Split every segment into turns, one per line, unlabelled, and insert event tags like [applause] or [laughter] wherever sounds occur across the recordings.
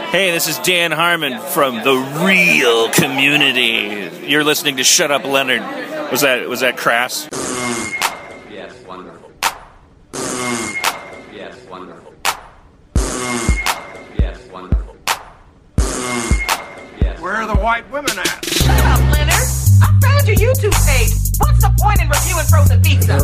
Hey, this is Dan Harmon from the Real Community. You're listening to Shut Up Leonard. Was that was that crass?
Yes, wonderful. Yes, wonderful. Yes, wonderful. Yes.
Where are the white women at?
Shut up, Leonard. I found your YouTube page. What's the point in reviewing frozen pizza?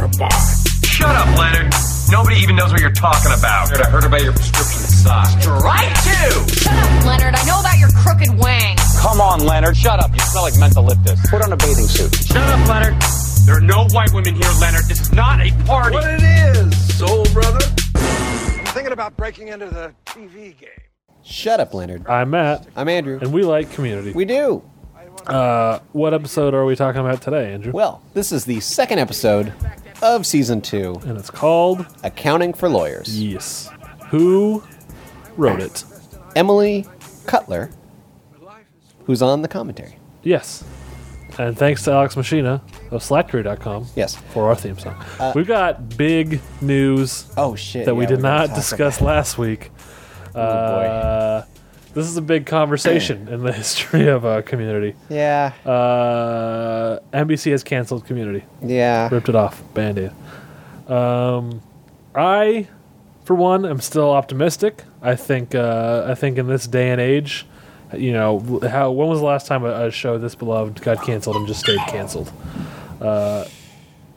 Shut up, Leonard. Nobody even knows what you're talking about.
I heard about your prescription sauce.
Right to.
Shut up, Leonard. I know about your crooked wang.
Come on, Leonard. Shut up. You smell like mentholyptus. Put on a bathing suit.
Shut up, Leonard.
There are no white women here, Leonard. This is not a party.
What it is, soul brother? I'm thinking about breaking into the TV game.
Shut up, Leonard.
I'm Matt,
I'm Andrew.
and we like community.
We do.
uh, what episode are we talking about today, Andrew?
Well, this is the second episode of season two,
And it's called
Accounting for Lawyers.
Yes. Who wrote it?
Emily Cutler, who's on the commentary.
Yes. And thanks to Alex Machina of Slacktree.com
Yes.
for our theme song. We've got big news
Oh shit.
that we
Uh, yeah,
did
we're gonna
not
talk
discuss
about- Oh,
last week. Uh, this is a
[clears throat]
big conversation in the history of uh, community.
Yeah.
Uh, NBC has canceled community.
yeah.
ripped it off band-aid um, i for one am still optimistic i think uh, i think in this day and age you know how when was the last time a, a show this beloved got canceled and just stayed canceled uh,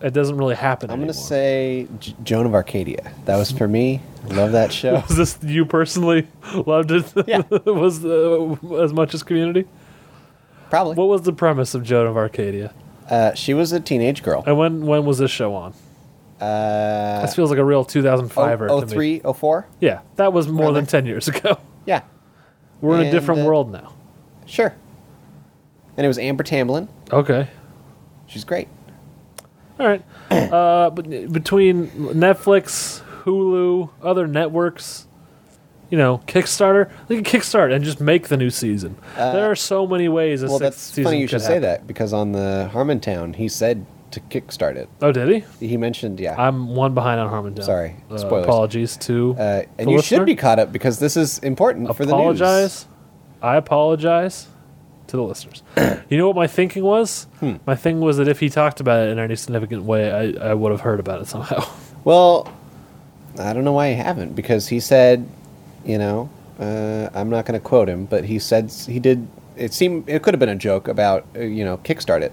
it doesn't really happen
I'm gonna
anymore.
say J- Joan of Arcadia. That was for me. I love that
[laughs]
show.
[laughs] was this you personally [laughs] loved it
Yeah.
[laughs] was uh, as much as community
Probably.
what was the premise of joan of arcadia
Uh, she was a teenage girl.
and when when was this show on uh, this feels like a real 2005
Oh,
or
oh three, oh four.
yeah that was more than
Really?
10 years ago [laughs]
Yeah.
We're in a
And,
different
uh,
world now.
Sure. And it was Amber Tamblyn.
Okay.
She's great.
All right. uh, but between Netflix, Hulu, other networks, you know, Kickstarter, they can kickstart and just make the new season. there are so many ways. A
Uh, Well,
sixth
that's
season
funny you
could
should say
happen.
that because on the Harmontown, he said to kickstart it.
Oh, did he?
He mentioned, yeah.
I'm one behind on Harmontown.
Sorry.
Uh,
Spoilers.
apologies to.
uh,
the
and you
listener.
should be caught up because this is important for the news.
apologize. I apologize to the
[coughs]
listeners. you know what my thinking was?
Hmm.
My thing was that if he talked about it in any significant way, I, I would have heard about it somehow. [laughs]
Well, I don't know why I haven't because he said, you know, uh, I'm not going to quote him, but he said s- he did. It seemed it could have been a joke about uh, you know kickstart it.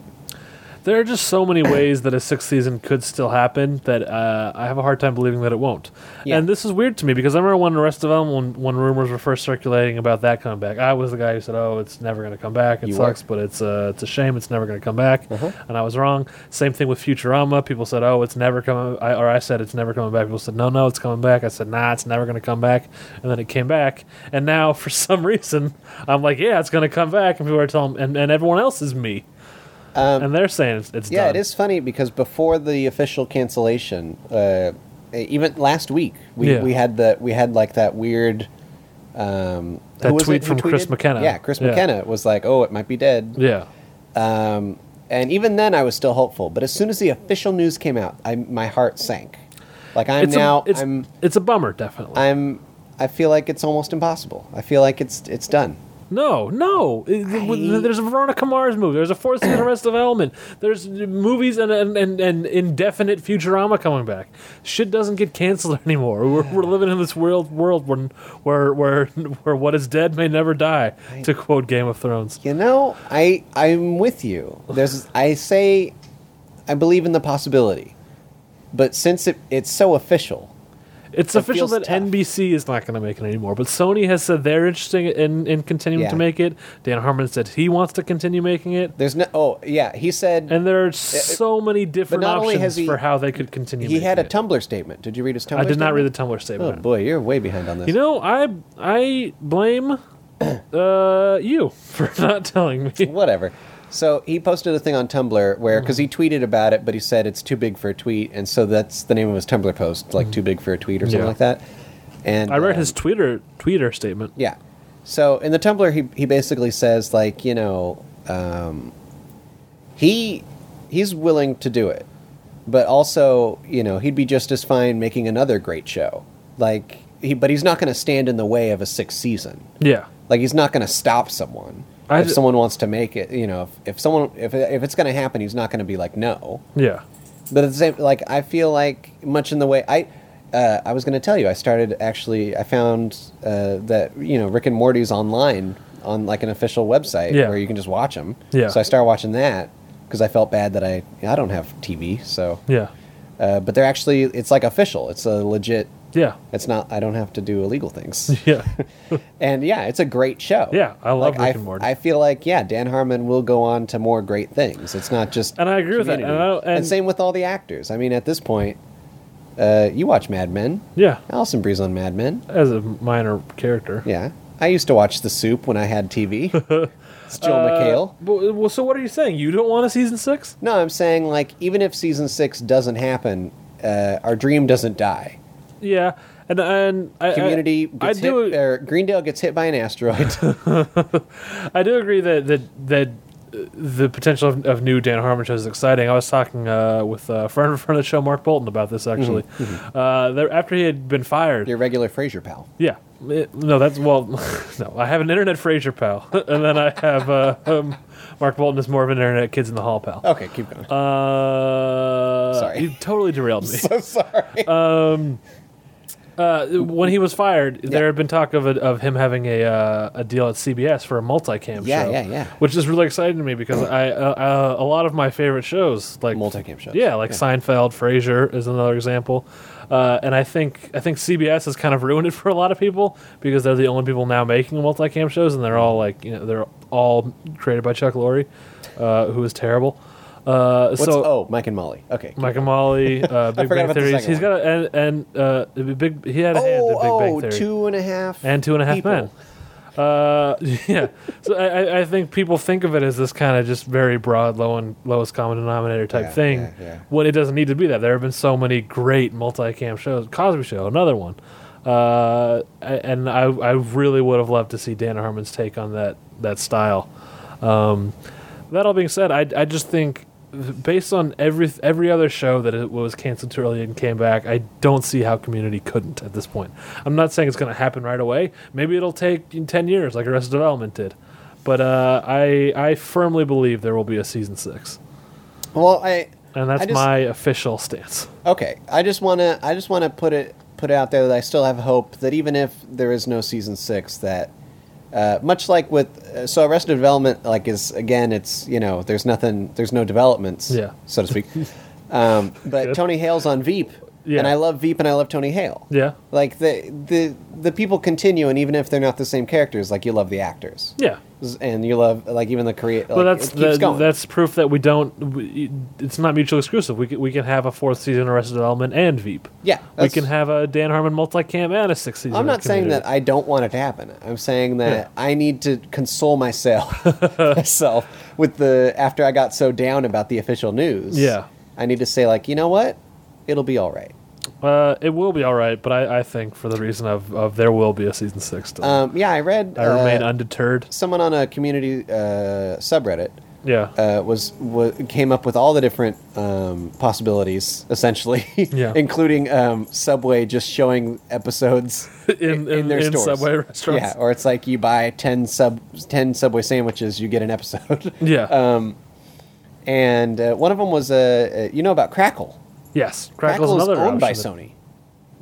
There are just so many ways that a sixth season could still happen that uh, I have a hard time believing that it won't.
Yeah.
And this is weird to me because I remember when the rest of them, when, when rumors were first circulating about that coming back, I was the guy who said, "Oh, it's never going to come back. It
You
sucks,
were. Uh-huh.
but it's uh, it's a shame. It's never going to come back." And I was wrong. Same thing with Futurama. People said, "Oh, it's never coming," I, or I said, "It's never coming back." People said, "No, no, it's coming back." I said, "Nah, it's never going to come back." And then it came back, and now [laughs] for some reason, I'm like, "Yeah, it's going to come back," and people are telling, and, and everyone else is me. and they're saying it's, it's
Yeah,
done.
it is funny because before the official cancellation, uh, even last week we,
Yeah.
we had the we had like that weird. Um,
That
who was
tweet
it who
from Chris
tweeted?
McKenna.
Yeah, Chris
Yeah.
McKenna was like, "Oh, it might be dead."
Yeah.
Um, and even then, I was still hopeful. But as soon as the official news came out, I, my heart sank. Like I'm
It's
now,
a, it's,
I'm,
it's a bummer, definitely.
I'm, I feel like it's almost impossible. I feel like it's it's done.
no, no. It- it-
I-
There's a Veronica Mars movie. There's a Fourth
[coughs]
Season Arrest Development. There's movies and, and, and, and indefinite Futurama coming back. Shit doesn't get canceled [laughs] anymore. We're, we're living in this world world where, where where where what is dead may never die. To quote Game of Thrones.
You know, I I'm with you. There's I say, I believe in the possibility, but since it, it's so official,
It's
It
official
feels
that
tough.
NBC is not going to make it anymore, but Sony has said they're interested in, in continuing
Yeah.
to make it. Dan Harmon said he wants to continue making it.
there's no. Oh yeah, he said
And there are so many different
not only
options
has he-
for how they could continue.
he had a
making it.
Tumblr statement. Did you read his Tumblr? Oh,
I did not read the
statement?
Tumblr statement.
Oh boy, you're way behind on this.
You know, I I
[coughs]
blame uh, you for [laughs] not telling me.
whatever. So he posted a thing on Tumblr where,
Mm.
because he tweeted about it, but he said it's too big for a tweet, and so that's the name of his Tumblr post, like too big for a tweet or something
Mm. Yeah.
like that. And
I read
um,
his Twitter Twitter statement.
yeah. So in the Tumblr, he he basically says like you know, um, he he's willing to do it, but also you know he'd be just as fine making another great show, like he, but he's not going to stand in the way of a sixth season
Yeah,
Like he's not going to stop someone.
I
if
ju-
someone wants to make it, you know, if, if someone if if it's going to happen, he's not going to be like no.
Yeah.
But at the same, like I feel like much in the way I, uh, I was going to tell you, I started actually. I found uh, that you know Rick and Morty's online on like an official website
Yeah.
where you can just watch them.
Yeah.
So I started watching that because I felt bad that I I don't have TV. So
Yeah.
uh, but they're actually it's like official. It's a legit.
Yeah.
It's not. I don't have to do illegal
[laughs]
things.
Yeah.
[laughs] and yeah, it's a great show.
Yeah, I love
like,
Rick
I,
and Morty.
I feel like yeah, Dan Harmon will go on to more great things. It's not just
And I agree with that.
Community.
And I don't-
and,
and-
same with all the actors. I mean, at this point, uh, you watch Mad Men.
Yeah.
Allison Breeze on Mad Men.
As a minor character.
Yeah, I used to watch The Soup when I had
[laughs]
TV. it's Joel
Uh,
McHale.
But, well, so what are you saying? You don't want a season six?
No, I'm saying like even if season six doesn't happen, uh, our dream doesn't die.
Yeah. And and I, I-
Community
I,
gets
do
hit, or Greendale gets hit by an
[laughs]
asteroid.
I do agree that that that uh, the potential of, of new Dan Harmon shows is exciting. I was talking uh, with a friend [laughs] of the show, Mark Bolton, about this actually. Uh, there, after he had been fired,
Your regular Frasier pal.
Yeah. It- no, that's well. [laughs] no, I have an internet Fraser pal, [laughs] and then I have uh, um, Mark Bolton is more of an internet kids in the hall pal.
Okay, keep
[laughs]
going.
Uh,
Oh. Sorry.
you totally derailed me.
I'm sorry.
Uh, when he was fired, there had been talk of a, of him having a uh, a deal at CBS for a multicam
Yeah,
show.
yeah, yeah.
Which is really exciting to
[clears throat]
me because I uh, uh, a lot of my favorite shows like
Multicam shows.
Yeah, like Seinfeld, Frasier is another example. Uh, and I think I think CBS has kind of ruined it for a lot of people because they're the only people now making multicam shows, and they're all like you know they're all created by Chuck Lorre, uh, who is terrible. Uh,
What's,
so
oh, Mike and Molly. Okay.
Mike and
[laughs]
Molly, uh, Big
forgot
Bang
about the
Theories.
second
He's got a, and and uh, the big. He had a hand in Big
oh,
Bang
oh,
Theory
two and a half
and two and a half
people.
men. Uh, [laughs] yeah. So I, I- I think people think of it as this kind of just very broad, low and lowest common denominator type
Yeah,
thing.
yeah, yeah.
When it doesn't need to be that. There have been so many great multicam shows. Cosby Show, another one. Uh, I- and I, I really would have loved to see Dan Harmon's take on that that style. Um, that all being said, I, I just think based on every every other show that it was canceled too early and came back, I don't see how Community couldn't at this point. I'm not saying it's going to happen right away. Maybe it'll take ten years, like Arrested Development did. But uh, I I firmly believe there will be a season six,
Well, I
and that's
I just-
my official stance.
okay. I just wanna I just wanna put it put out there that I still have hope that even if there is no season six, that uh, much like with uh, so Arrested Development, like is again, it's you know there's nothing there's no developments,
Yeah.
so to
[laughs]
speak. um, but
Good.
Tony Hale's on Veep,
Yeah.
and I love Veep and I love Tony Hale.
Yeah.
like the the the people continue, and even if they're not the same characters, like you love the actors.
Yeah.
and you love like even the Korea. Like,
Well, that's
it keeps
the,
going.
that's proof that we don't. We, it's not mutually exclusive. We can, we can have a fourth season of Arrested Development and Veep.
Yeah,
we
that's-
can have a Dan Harmon multicam and a sixth season.
I'm
of
not saying
Community.
that I don't want it to happen. I'm saying that I need to console myself
[laughs]
myself with the after I got so down about the official news.
Yeah.
I need to say like, you know what? It'll be all right.
Uh, it will be all right, but I, I think for the reason of, of there will be a season six. Still.
Um, yeah, I read
I remain
uh,
undeterred.
someone on a community uh, subreddit
Yeah,
uh, was, wa came up with all the different um, possibilities essentially,
[laughs] Yeah.
including um, Subway just showing episodes
[laughs] in, in, in,
their stores.
subway restaurants.
Yeah, or it's like you buy 10 sub 10 Subway sandwiches, you get an episode.
[laughs]
Um,
yeah.
uh, and uh, one of them was uh, uh, you know about Crackle.
yes,
Crackle
Crackle's
is
another
owned by
option
Sony.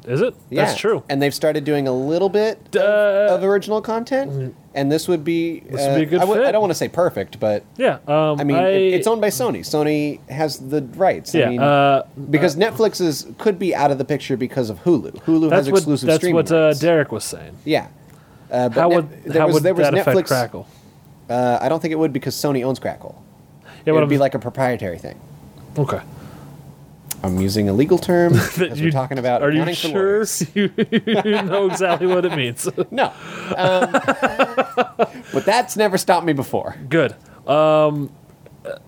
that- Is it?
Yeah,
That's true. Uh,
And they've started doing a little bit of-
Duh. Mm.
of original content, and this would be uh,
This would be a good
I, would- I
fit.
don't want to say perfect, but
yeah. Um,
I mean it, it's owned by Sony. Sony has the rights.
Yeah.
I mean,
uh,
because Netflix is could be out of the picture because of Hulu. Hulu has
that's what
exclusive
that's
streaming.
what uh,
rights.
Derek was saying.
yeah. Uh, but
How
Net-
would how would that affect Crackle?
Uh, I don't think it would because Sony owns Crackle.
Yeah,
it
what
would be
I'm-
like a proprietary thing.
okay.
I'm using a legal
[laughs]
term. as we're talking about
Are you
accounting for
sure
lawyers.
you, [laughs] you know exactly what it
[laughs]
means?
No. Um, [laughs] but that's never stopped me before.
Good. Um, uh,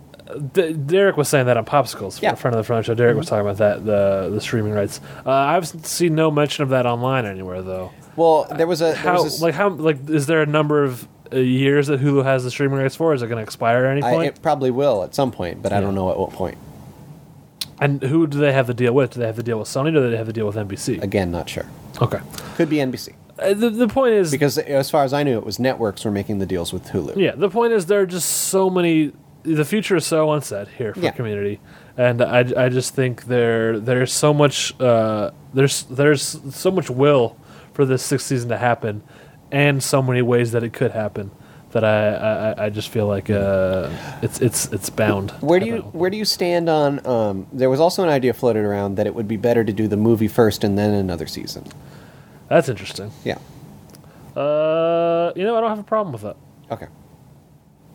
D- Derek was saying that on Popsicles,
Yeah. Mm-hmm.
a friend of the front show. Derek was talking about that the the streaming rights. Uh, I've seen no mention of that online anywhere though.
Well, there was a there
How
was a,
like how like is there a number of uh, years that Hulu has the streaming rights for? Is it going to expire at any
I,
point?
it probably will at some point, but I don't
Yeah.
know at what point.
and who do they have the deal with? Do they have the deal with Sony? Or do they have the deal with NBC?
Again, not sure.
Okay.
Could be NBC.
Uh, the, the point is,
because as far as I knew, it was networks were making the deals with Hulu.
yeah, the point is there are just so many. The future is so unsaid here for
Yeah.
community, and I, I just think there there's so much uh, there's there's so much will for this sixth season to happen, and so many ways that it could happen that I I, I- I just feel like uh, it's it's it's bound.
Where do
I
you
don't know.
where do you stand on? Um, there was also an idea floated around that it would be better to do the movie first and then another season.
That's interesting.
Yeah.
Uh, you know I don't have a problem with that.
Okay.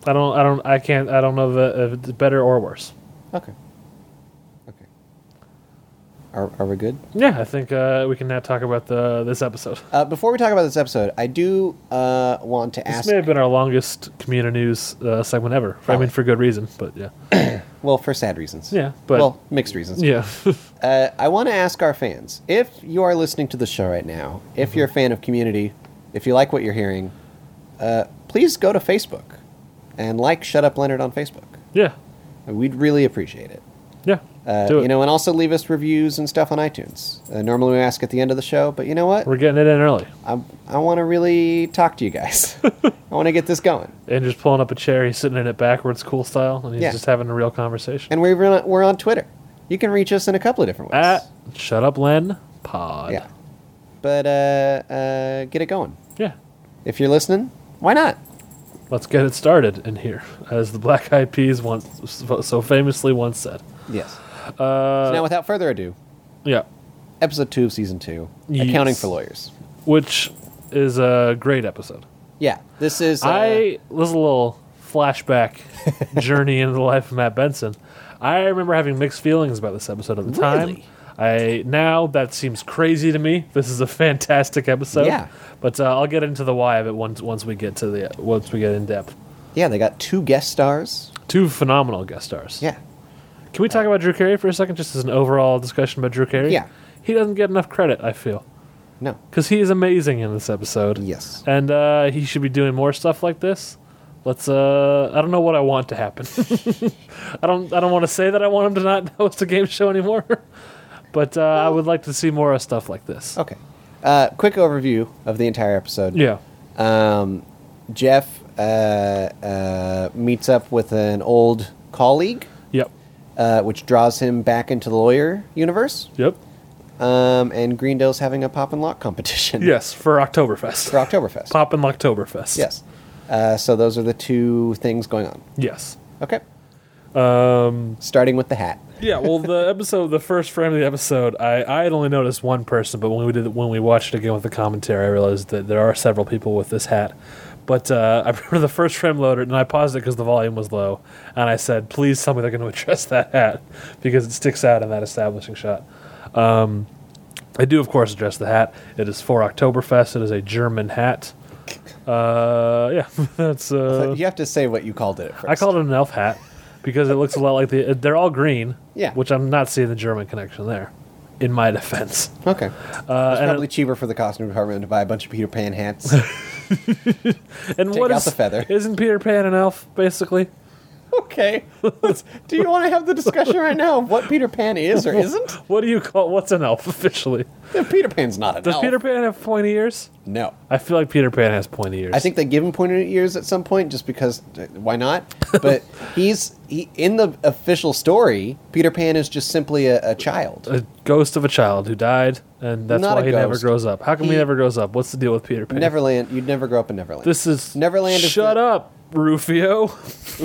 I don't I don't I can't I don't know if, if it's better or worse.
Okay. Okay. Are are we good?
Yeah, I think uh, we can now talk about the this episode. [laughs]
Uh, before we talk about this episode, I do uh, want to
This
ask.
may have been our longest community news uh, segment ever. I
Probably.
mean, for good reason, but yeah,
Well, for sad reasons.
Yeah, but-
well, mixed reasons.
yeah. [laughs]
Uh, I want to ask our fans if you are listening to the show right now, if
Mm-hmm.
you're a fan of Community, if you like what you're hearing, uh, please go to Facebook and like Shut Up Leonard on Facebook.
yeah,
We'd really appreciate it.
yeah.
Uh,
Do it.
You know, and also leave us reviews and stuff on iTunes. Uh, normally we ask at the end of the show, but you know what?
we're getting it in early.
I, I want to really talk to you
[laughs]
guys. I want to get this going.
Andrew's pulling up a chair, he's sitting in it backwards, cool style, and he's
Yeah.
just having a real conversation.
And we're on, we're on Twitter. You can reach us in a couple of different ways.
At shut up, Len Pod.
yeah. But uh, uh, get it going.
yeah.
If you're listening, why not?
Let's get it started in here, as the Black Eyed Peas once so famously once said.
Yes.
Uh,
so now, without further ado,
yeah,
episode two of season two,
Yes.
accounting for lawyers.
which is a great episode.
Yeah, this is. Uh,
I was a little flashback
[laughs]
journey into the life of Matt Benson. I remember having mixed feelings about this episode at the time.
Really?
I now that seems crazy to me. This is a fantastic episode.
Yeah.
but uh, I'll get into the why of it once once we get to the once we get in depth.
yeah, they got two guest stars.
Two phenomenal guest stars.
Yeah,
Can we talk about Drew Carey for a second, just as an overall discussion about Drew Carey?
Yeah.
He doesn't get enough credit, I feel,
no,
because he is amazing in this episode.
yes,
And uh, he should be doing more stuff like this. Let's. Uh, I don't know what I want to
[laughs]
happen. I don't. I don't want to say that I want him to not [laughs] host a game show anymore. [laughs] but uh, I would like to see more of stuff like this.
okay. Uh, quick overview of the entire episode.
Yeah.
Um, Jeff uh, uh, meets up with an old colleague,
Yep.
uh, which draws him back into the lawyer universe.
Yep.
Um, and Greendale's having a pop and lock competition.
Yes, for Oktoberfest.
For Oktoberfest.
Pop and Oktoberfest.
Yes. Uh, so those are the two things going on.
Yes.
Okay. Um, Starting with the hat.
yeah, well, the episode, the first frame of the episode, I, I had only noticed one person, but when we did when we watched it again with the commentary, I realized that there are several people with this hat. But uh, [laughs] I remember the first frame loaded, and I paused it because the volume was low, and I said, "Please tell me they're going to [laughs] address that hat because it sticks out in that establishing shot." I do, of course, address the hat. It is for Oktoberfest. It is a German hat. Uh, yeah, [laughs] that's. Uh,
you have to say what you called it at first.
I called it an elf hat because it looks a lot like the. They're all green.
Yeah.
Which I'm not seeing the German connection there, in my [laughs] defense.
Okay.
Uh,
it's
and
probably cheaper for the costume department to buy a bunch of Peter Pan
[laughs]
hats.
and
take
what
out
is-
the feather.
Isn't Peter Pan an elf basically?
okay. Let's- do you want to have the discussion right now of what Peter Pan is or isn't?
What do you call? What's an elf [laughs] officially?
Yeah, Peter Pan's not an
Does
elf.
Peter Pan have pointy ears?
No.
I feel like Peter Pan has pointy ears.
I think they give him pointed ears at some point just because uh, why
[laughs]
not? But he's he, in the official story, Peter Pan is just simply a, a child.
a ghost of a child who died, and that's
Not
why
a
he never
ghost.
grows up. How come he,
He-
never grows up? What's the deal with Peter Pan?
Neverland, you'd never grow up in Neverland.
This is
Neverland is
Shut
the-
up, Rufio.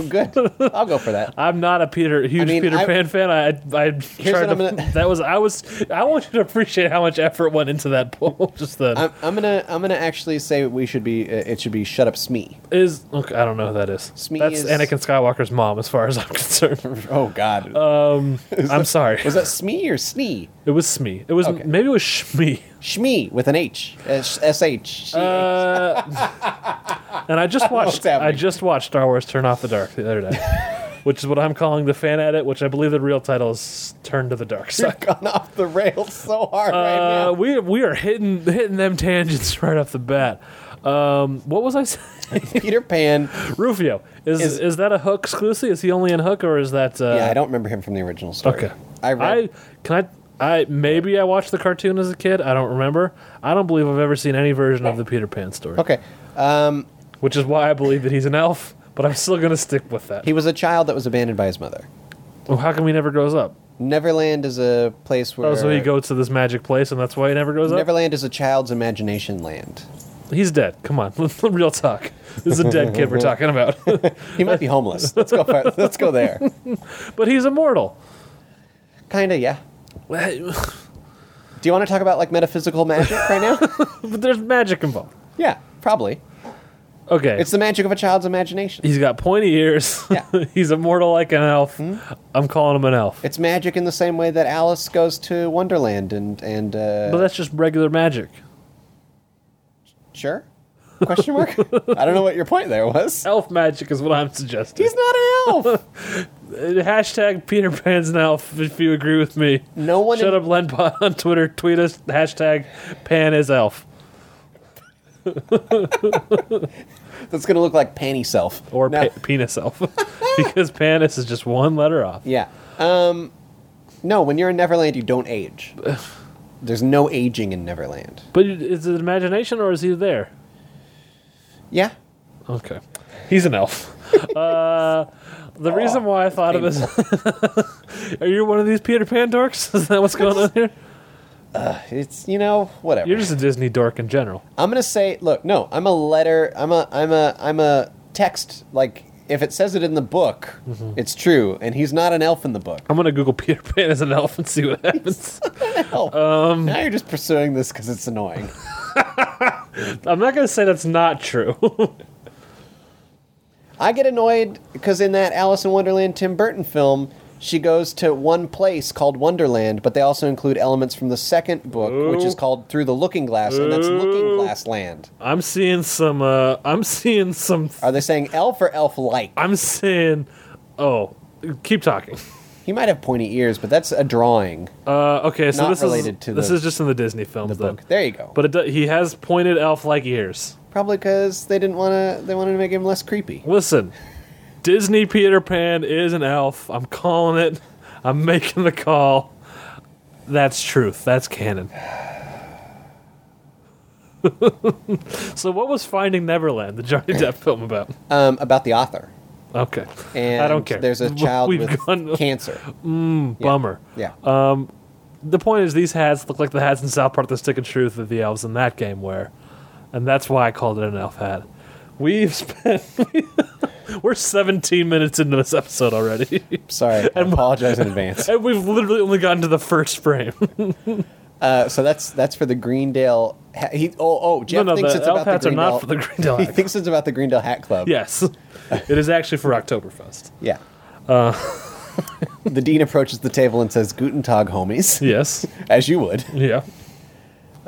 good. I'll go for
[laughs]
that.
I'm not a Peter huge
mean,
Peter
I-
Pan fan. I I tried
what
to,
I'm gonna-
[laughs] that was I was I want you to appreciate how much effort went into that poll. [laughs] Just the
I'm, I'm gonna I'm gonna actually say we should be uh, it should be shut up E.
[laughs]
Smee.
is okay, I don't know who that is.
Smee
That's
is-
Anakin Skywalker's mom, as far as I'm [laughs]
[laughs]
concerned.
Oh God,
I'm sorry.
was that Smee or E? Snee?
it was Smee. It was
Okay.
maybe it was Shmee.
Shmee E with an H S S H.
Uh, [laughs] And I just watched
what's
I
happening.
just watched Star Wars Turn Off the Dark the other day,
[laughs]
which is what I'm calling the fan edit, which I believe the real title is Turn to the Dark
You're
Side.
gone [laughs] off the rails so hard right
Uh,
now.
we we are hitting hitting them tangents right off the bat. Um, what was I saying? [laughs]
Peter Pan.
Rufio is, is
Is-
that a Hook exclusive? Is he only in Hook or is that? Uh,
Yeah, I don't remember him from the original story.
Okay.
I read.
I can I I maybe I watched the cartoon as a kid. I don't remember. I don't believe I've ever seen any version of the Peter Pan story.
Okay.
Which is why I believe that he's an elf. But I'm still gonna stick with that.
He was a child that was abandoned by his mother.
Well, how come he never grows up?
Neverland is a place where.
Oh, so he goes to this magic place, and that's why he never grows up.
Neverland is a child's imagination land.
He's dead. Come on, [laughs] real talk. This is a dead
[laughs]
kid we're talking about. [laughs]
He might be homeless. Let's go. Far, let's go there.
but
[laughs]
he's immortal.
Kinda, yeah.
but
Do you want to talk about like metaphysical magic right
[laughs]
now?
there's magic involved.
yeah, probably.
Okay.
It's the magic of a child's imagination.
He's got pointy ears.
Yeah.
[laughs]
Hmm?
he's immortal like an elf. I'm calling him an elf.
It's magic in the same way that Alice goes to Wonderland and and uh,
but that's just regular magic.
sure. Question mark. I don't know what your point there was.
Elf magic is what I'm suggesting.
He's not an elf.
Uh, hashtag Peter Pan's an elf if you agree with me.
No one
Shut
in-
up, Lenpot on Twitter. Tweet us hashtag Pan is elf
That's gonna look like panty self
or
No.
pe- penis elf [laughs] because Panis is just one letter off.
Yeah. Um, no, when you're in Neverland, you don't age. There's no aging in Neverland.
But is it imagination or is he there?
Yeah.
Okay. He's an elf. [laughs] uh, the reason why I thought of this. [laughs] are you one of these Peter Pan dorks? [laughs] Is that what's going on here?
It's you know whatever.
You're just a Disney dork in general.
I'm gonna say, look, no, I'm a letter. I'm a, I'm a, I'm a text. Like if it says it in the book,
Mm-hmm.
it's true. And he's not an elf in the book.
I'm going to Google Peter Pan as an elf and see what happens.
Elf. Oh,
Um,
now you're just pursuing this because it's annoying.
[laughs] I'm not going to say that's not true. [laughs]
I get annoyed because in that Alice in Wonderland Tim Burton film, she goes to one place called Wonderland, but they also include elements from the second book, which is
Ooh.
called Through the Looking Glass, and that's Looking Glass Land.
I'm seeing some. Uh, I'm seeing some.
Are they saying elf or elf like?
I'm saying. Oh, keep talking.
He might have pointy ears, but that's a drawing.
Uh, okay, so
Not
this
related
is
to
this
the-
is just in the Disney films,
the
though.
book. There you go.
But it, do- he has pointed elf-like ears.
Probably because they didn't want to. They wanted to make him less creepy.
Listen, Disney Peter Pan is an elf. I'm calling it. I'm making the call. That's truth. That's canon. [laughs] so, what was Finding Neverland, the Johnny Depp film, about?
Um, about the author.
Okay,
And
I don't care.
There's a
We-
child
[laughs] We've
with
gone [laughs] Uh,
cancer.
bummer.
Yeah.
The point is, these hats look like the hats in South Park: The Stick of Truth that the elves in that game wear, and that's why I called it an elf hat. We've [laughs] spent we're 17 minutes into this episode already. [laughs]
Sorry. I apologize in advance.
And Uh, we've literally only gotten to the first frame. [laughs]
Uh, so that's that's for the Greendale. Ha- he, oh, oh, Jeff
no, no,
thinks
the
it's
elf
about
hats
the
are
Greendale.
not for the Greendale
he
Hack.
thinks it's about the Greendale Hat Club.
yes, it is actually for Oktoberfest.
Yeah.
Uh,
[laughs] the dean approaches the table and says, "Guten Tag, homies,"
Yes,
as you would,
yeah,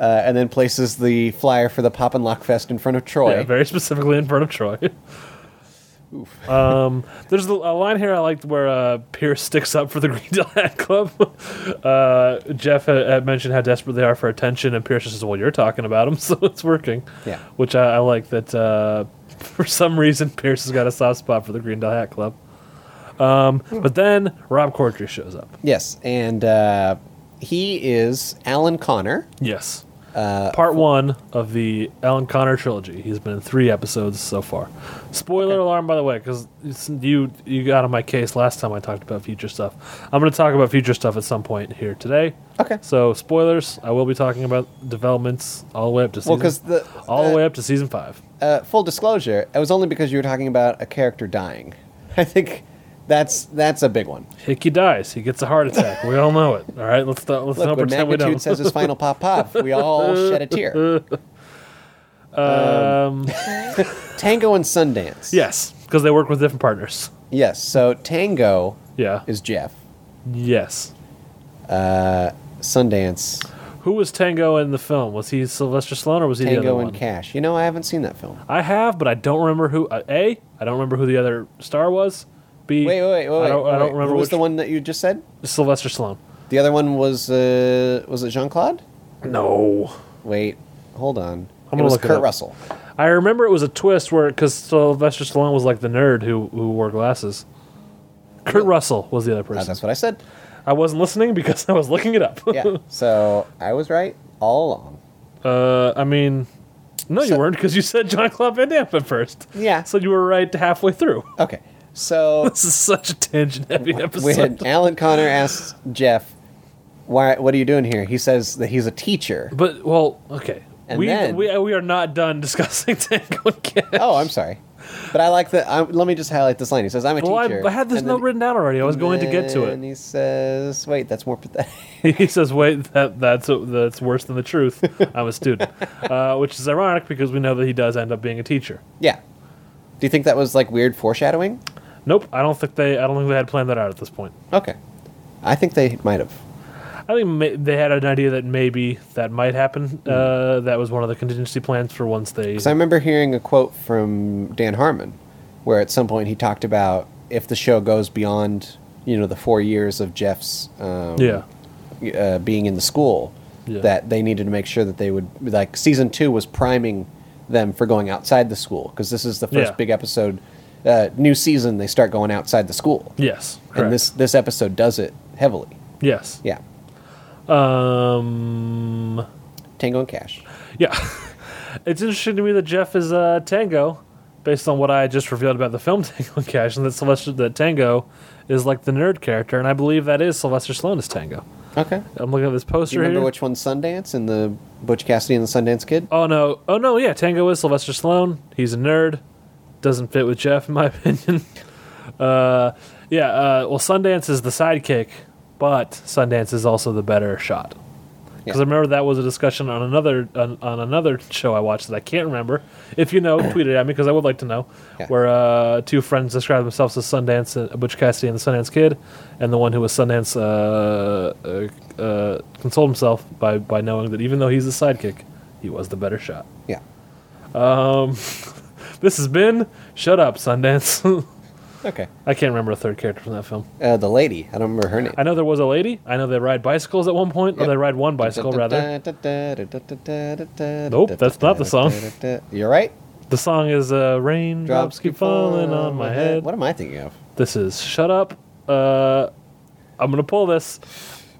uh, and then places the flyer for the Pop and Lock Fest in front of Troy.
yeah, very specifically in front of Troy. [laughs] um, there's a a line here I liked where uh, Pierce sticks up for the [laughs] Greendale Hat Club. Uh, Jeff had, had mentioned how desperate they are for attention, and Pierce says, "Well, you're talking about them, [laughs] so it's working."
Yeah.
which I, I like that. Uh, [laughs] for some reason, Pierce has got a soft spot for the Greendale Hat Club. Um,
Hmm.
but then Rob Corddry shows up.
Yes, and uh, he is Alan Connor.
Yes.
Uh,
Part one of the Alan Connor trilogy. He's been in three episodes so far. Spoiler alarm, by the way, because you you got on my case last time I talked about future stuff. I'm going to talk about future stuff at some point here today.
Okay.
So spoilers. I will be talking about developments all the way up to season.
Well, because the
all the
uh,
way up to season five.
uh, full disclosure, it was only because you were talking about a character dying. [laughs] I think that's that's a big one.
Hickey dies. He gets a heart attack. we all know it. All right. Let's not, let's
Look,
not
when
pretend we
magnitude
don't. [laughs]
says his final pop pop, we all shed a tear.
um,
Tango and Sundance.
yes, because they work with different partners.
Yes. So Tango
Yeah.
is Jeff.
yes.
Sundance.
Who was Tango in the film? Was he Sylvester Stallone or was he the
Tango
other
and
one?
Cash. You know, I haven't seen that film.
I have, but I don't remember who. Uh, a, I don't remember who the other star was. B,
Wait, wait, wait, wait.
I don't,
wait.
I don't remember
Who was
which
the one that you just said?
Sylvester Stallone.
The other one was uh, was it Jean Claude?
No,
Wait, hold on.
I'm
it
gonna
was
look it
Kurt
up.
Russell.
I remember it was a twist where because Sylvester Stallone was like the nerd who who wore glasses. Kurt Russell was the other
Uh,
person.
that's what I said.
I wasn't listening because [laughs] I was looking it up. [laughs]
yeah. So I was right all along.
uh, I mean, no, you
So-
weren't because you said John Claude Van Damme at first.
Yeah.
So you were right halfway through. [laughs]
Okay. So
This is such a tangent heavy episode.
when Alan Connor asks Jeff, "Why? What are you doing here?" He says that he's a teacher.
But well, okay.
And
we,
then-
we we are not done [laughs] discussing Tango and Cash.
Oh, I'm sorry, but I like that. I- Let me just highlight this line. He says, "I'm a
well, I,
teacher."
I had this
And
note
then-
written down already. I was going to get to
And
it.
he says, "Wait, that's more pathetic." [laughs]
[laughs] He says, "Wait, that that's that's worse than the truth." I'm
[laughs]
a student, uh, which is ironic because we know that he does end up being a teacher.
yeah. Do you think that was like weird foreshadowing?
Nope, I don't think they I don't think they had planned that out at this point.
Okay, I think they might have.
I think ma- they had an idea that maybe that might happen.
Hmm.
Uh, that was one of the contingency plans for once they.
Because I remember hearing a quote from Dan Harmon, where at some point he talked about if the show goes beyond, you know, the four years of Jeff's um,
Yeah,
uh, being in the school,
Yeah.
that they needed to make sure that they would like season two was priming them for going outside the school because this is the first
Yeah.
big episode, uh, new season. They start going outside the school,
yes, correct.
and this this episode does it heavily.
yes,
Yeah,
um,
Tango and Cash.
yeah. [laughs] it's interesting to me that Jeff is uh, Tango, based on what I just revealed about the film [laughs] Tango and Cash, and that Sylvester that Tango is like the nerd character, and I believe that is Sylvester Stallone as Tango.
Okay.
I'm looking at this
Do
poster
you remember
here.
which one's Sundance and the Butch Cassidy and the Sundance Kid?
Oh no! Oh no! Yeah, Tango is Sylvester Stallone. He's a nerd. Doesn't fit with Jeff, in my [laughs] opinion. Uh, yeah. Uh, well, Sundance is the sidekick, but Sundance is also the better shot. Because
Yeah.
I remember that was a discussion on another on, on another show I watched that I can't remember. If
[clears throat]
you know, tweet it at me because I would like to know.
Yeah.
Where uh, two friends described themselves as Sundance, uh, Butch Cassidy and the Sundance Kid, and the one who was Sundance uh, uh, uh, consoled himself by by knowing that even though he's the sidekick, he was the better shot.
Yeah.
This has been shut up, Sundance. [laughs]
Okay.
I can't remember a third character from that film.
Uh, the lady. I don't remember her
[laughs]
name.
I know there was a lady. I know they ride bicycles at one point, or
Yep.
they ride one bicycle rather.
Nope,
that's not the song.
[laughs] You're right.
The song is uh, "Raindrops Keep Falling on My Head."
What am I thinking of?
This is "Shut Up." Uh, I'm gonna pull this.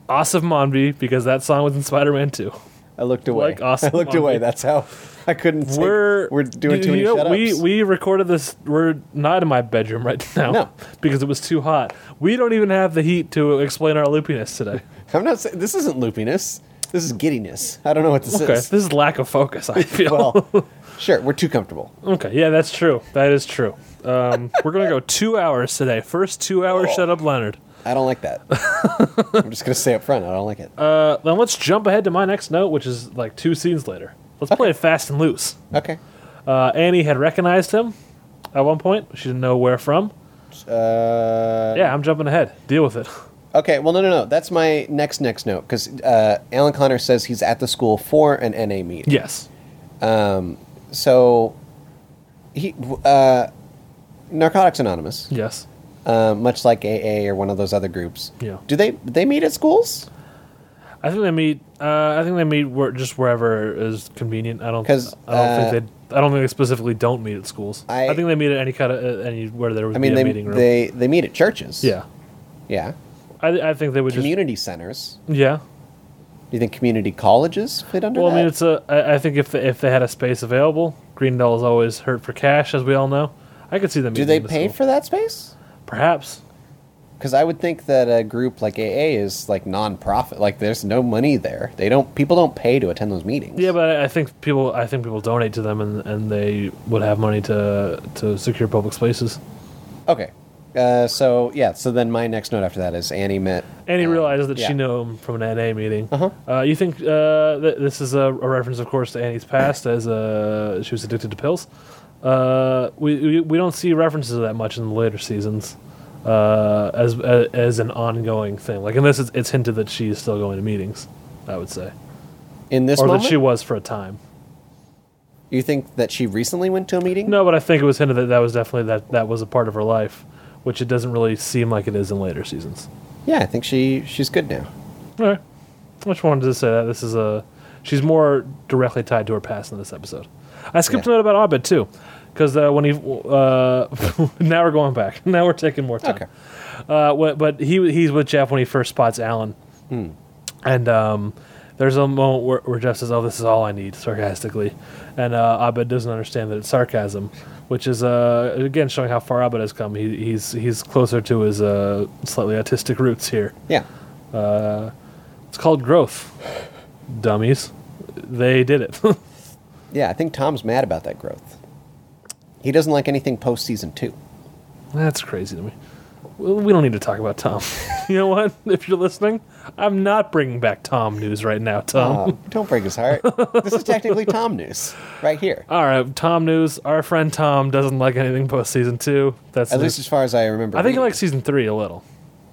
Asif Manvi because that song was in Spider-Man 2.
I looked away.
Like awesome
[laughs] I looked
on
away.
me.
That's how I couldn't. take-
We're
we're doing
you-
too many
you know,
shut
We we recorded this. We're not in my bedroom right [laughs] now.
No.
because it was too hot. We don't even have the heat to explain our loopiness today.
I'm not. Saying, this isn't loopiness. This is giddiness. I don't know what this
Okay, [laughs]
is.
this is lack of
[laughs]
focus. I feel.
Well, sure. We're too comfortable.
[laughs] Okay, yeah, that's true. That is true. Um, we're gonna go two hours today. First two hours, shut up, Leonard.
I don't like that. I'm just gonna say up front. I don't like it.
Uh, then let's jump ahead to my next note, which is like two scenes later. Let's play it fast and loose.
Okay.
Uh, Annie had recognized him at one point. She didn't know where from.
Uh,
Yeah, I'm jumping ahead. Deal with it. [laughs]
Okay, well, no, no, no. That's my next next note because uh, Alan Connor says he's at the school for an NA meeting.
Yes.
So, he uh, Narcotics Anonymous,
Yes.
uh, much like AA or one of those other groups.
Yeah.
Do they they meet at schools?
I think they meet. Uh, I think they meet where, just wherever is convenient. I don't.
'Cause,
I don't
uh,
think they. I don't think they specifically don't meet at schools. I,
I-
think they meet at any kind of uh, anywhere there would
I mean,
be
they
a meeting room.
they they meet at churches.
yeah.
yeah.
I, I think they would just.
Community centers.
Yeah.
Do you think community colleges fit under
Well,
that?
I mean, it's a. I, I think if they, if they had a space available, Greendale is always hurt for cash, as we all know. I could see them.
Do they pay for that space?
Perhaps.
Because I would think that a group like AA is like non-profit. Like, there's no money there. They don't. People don't pay to attend those meetings.
Yeah, but I I think people. I think people donate to them, and, and they would have money to to secure public spaces.
Okay. Uh, so yeah. So then my next note after that is Annie met.
Annie
um,
realizes that
yeah.
she knew him from an NA meeting. Uh-huh. you think uh, th- this is a, a reference, of course, to Annie's past as uh, she was addicted to pills. Uh, we, we we don't see references to that much in the later seasons uh, as a- as an ongoing thing. Like, unless it's, it's hinted that she's still going to meetings, I would say,
in this
or
moment.
that she was for a time.
you think that she recently went to a meeting?
No, but I think it was hinted that that was definitely that that was a part of her life, which it doesn't really seem like it is in later seasons.
Yeah, I think she she's good now.
All right. I just wanted to say that this is a she's more directly tied to her past in this episode. I skipped
Yeah.
a note about Abed too, because uh, when he uh, [laughs] now we're going back. [laughs] Now we're taking more time.
Okay.
Uh, wh- but he he's with Jeff when he first spots Alan,
Hmm.
and um, there's a moment where, where Jeff says, "Oh, this is all I need," sarcastically, and uh, Abed doesn't understand that it's sarcasm, which is uh, again showing how far Abed has come. He, he's he's closer to his uh, slightly autistic roots here.
Yeah.
It's called growth, dummies. They did it. [laughs]
Yeah, I think Tom's mad about that growth. He doesn't like anything post season two.
That's crazy to me. Well, We don't need to talk about Tom. [laughs] you know what? If you're listening, I'm not bringing back Tom news right now, Tom.
Oh, don't break his heart. This is technically Tom news right here.
[laughs] All right, Tom news. Our friend Tom doesn't like anything post season two. That's
At
his-
least as far as I remember.
I think he
reading.
likes season three a little,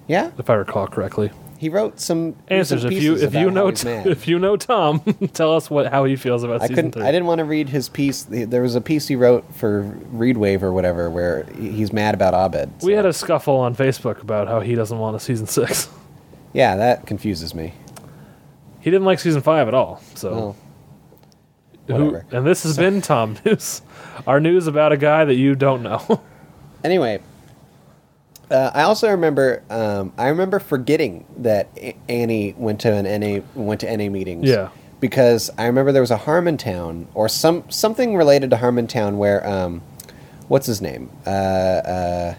Yeah,
if I recall correctly.
he wrote some
Answers
some
if you
pieces
if you
about how
know
he's
[laughs] t-
mad.
if you know Tom, tell us what how he feels about
I
season
couldn't.
three.
I didn't want to read his piece. The- There was a piece he wrote for Read Wave or whatever where he- he's mad about Abed.
We
so-
had a scuffle on Facebook about how he doesn't want a season six. [laughs]
yeah, that confuses me.
He didn't like season five at all. So.
Well,
Who-
Whatever.
and this has been Tom News, [laughs] our news about a guy that you don't know. [laughs]
anyway, uh, I also remember. Um, I remember forgetting that A- Annie went to an NA went to NA meetings.
Yeah.
Because I remember there was a Harmontown or some something related to Harmontown where, um, what's his name? Uh, uh,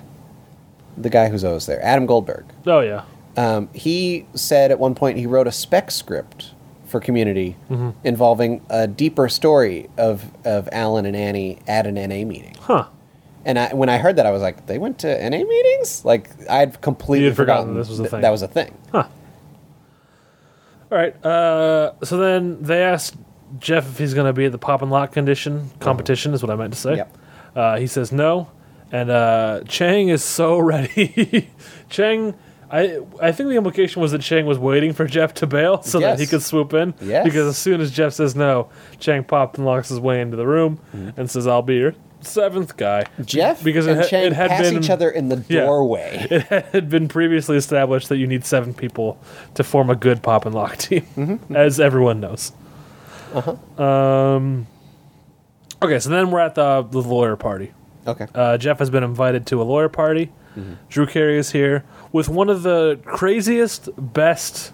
the guy who's always there, Adam Goldberg.
oh yeah,
Um, he said at one point he wrote a spec script for Community involving a deeper story of, of Alan and Annie at an NA meeting.
huh?
And I, when I heard that, I was like, they went to NA meetings? Like, I'd completely
You'd forgotten
forgotten,
this was a
th-
thing.
that was a thing.
All right. Uh, so then they asked Jeff if he's going to be at the pop and lock condition competition. Is what I meant to say.
Yep.
Uh, he says no, and uh, Chang is so [laughs] ready. Chang. I, I think the implication was that Chang was waiting for Jeff to bail so that he
Yes.
could swoop in.
Yes.
Because as soon as Jeff says no, Chang popped and locks his way into the room and says, I'll be your seventh guy.
Mm-hmm. Jeff
because it
and
ha-
Chang
it had
pass
been-
each other in the
Yeah.
doorway.
[laughs] it had been previously established that you need seven people to form a good pop and lock [laughs] team, as everyone knows. Um, okay, so then we're at the, the lawyer party.
okay.
Uh, Jeff has been invited to a lawyer party.
Mm-hmm.
Drew Carey is here with one of the craziest, best,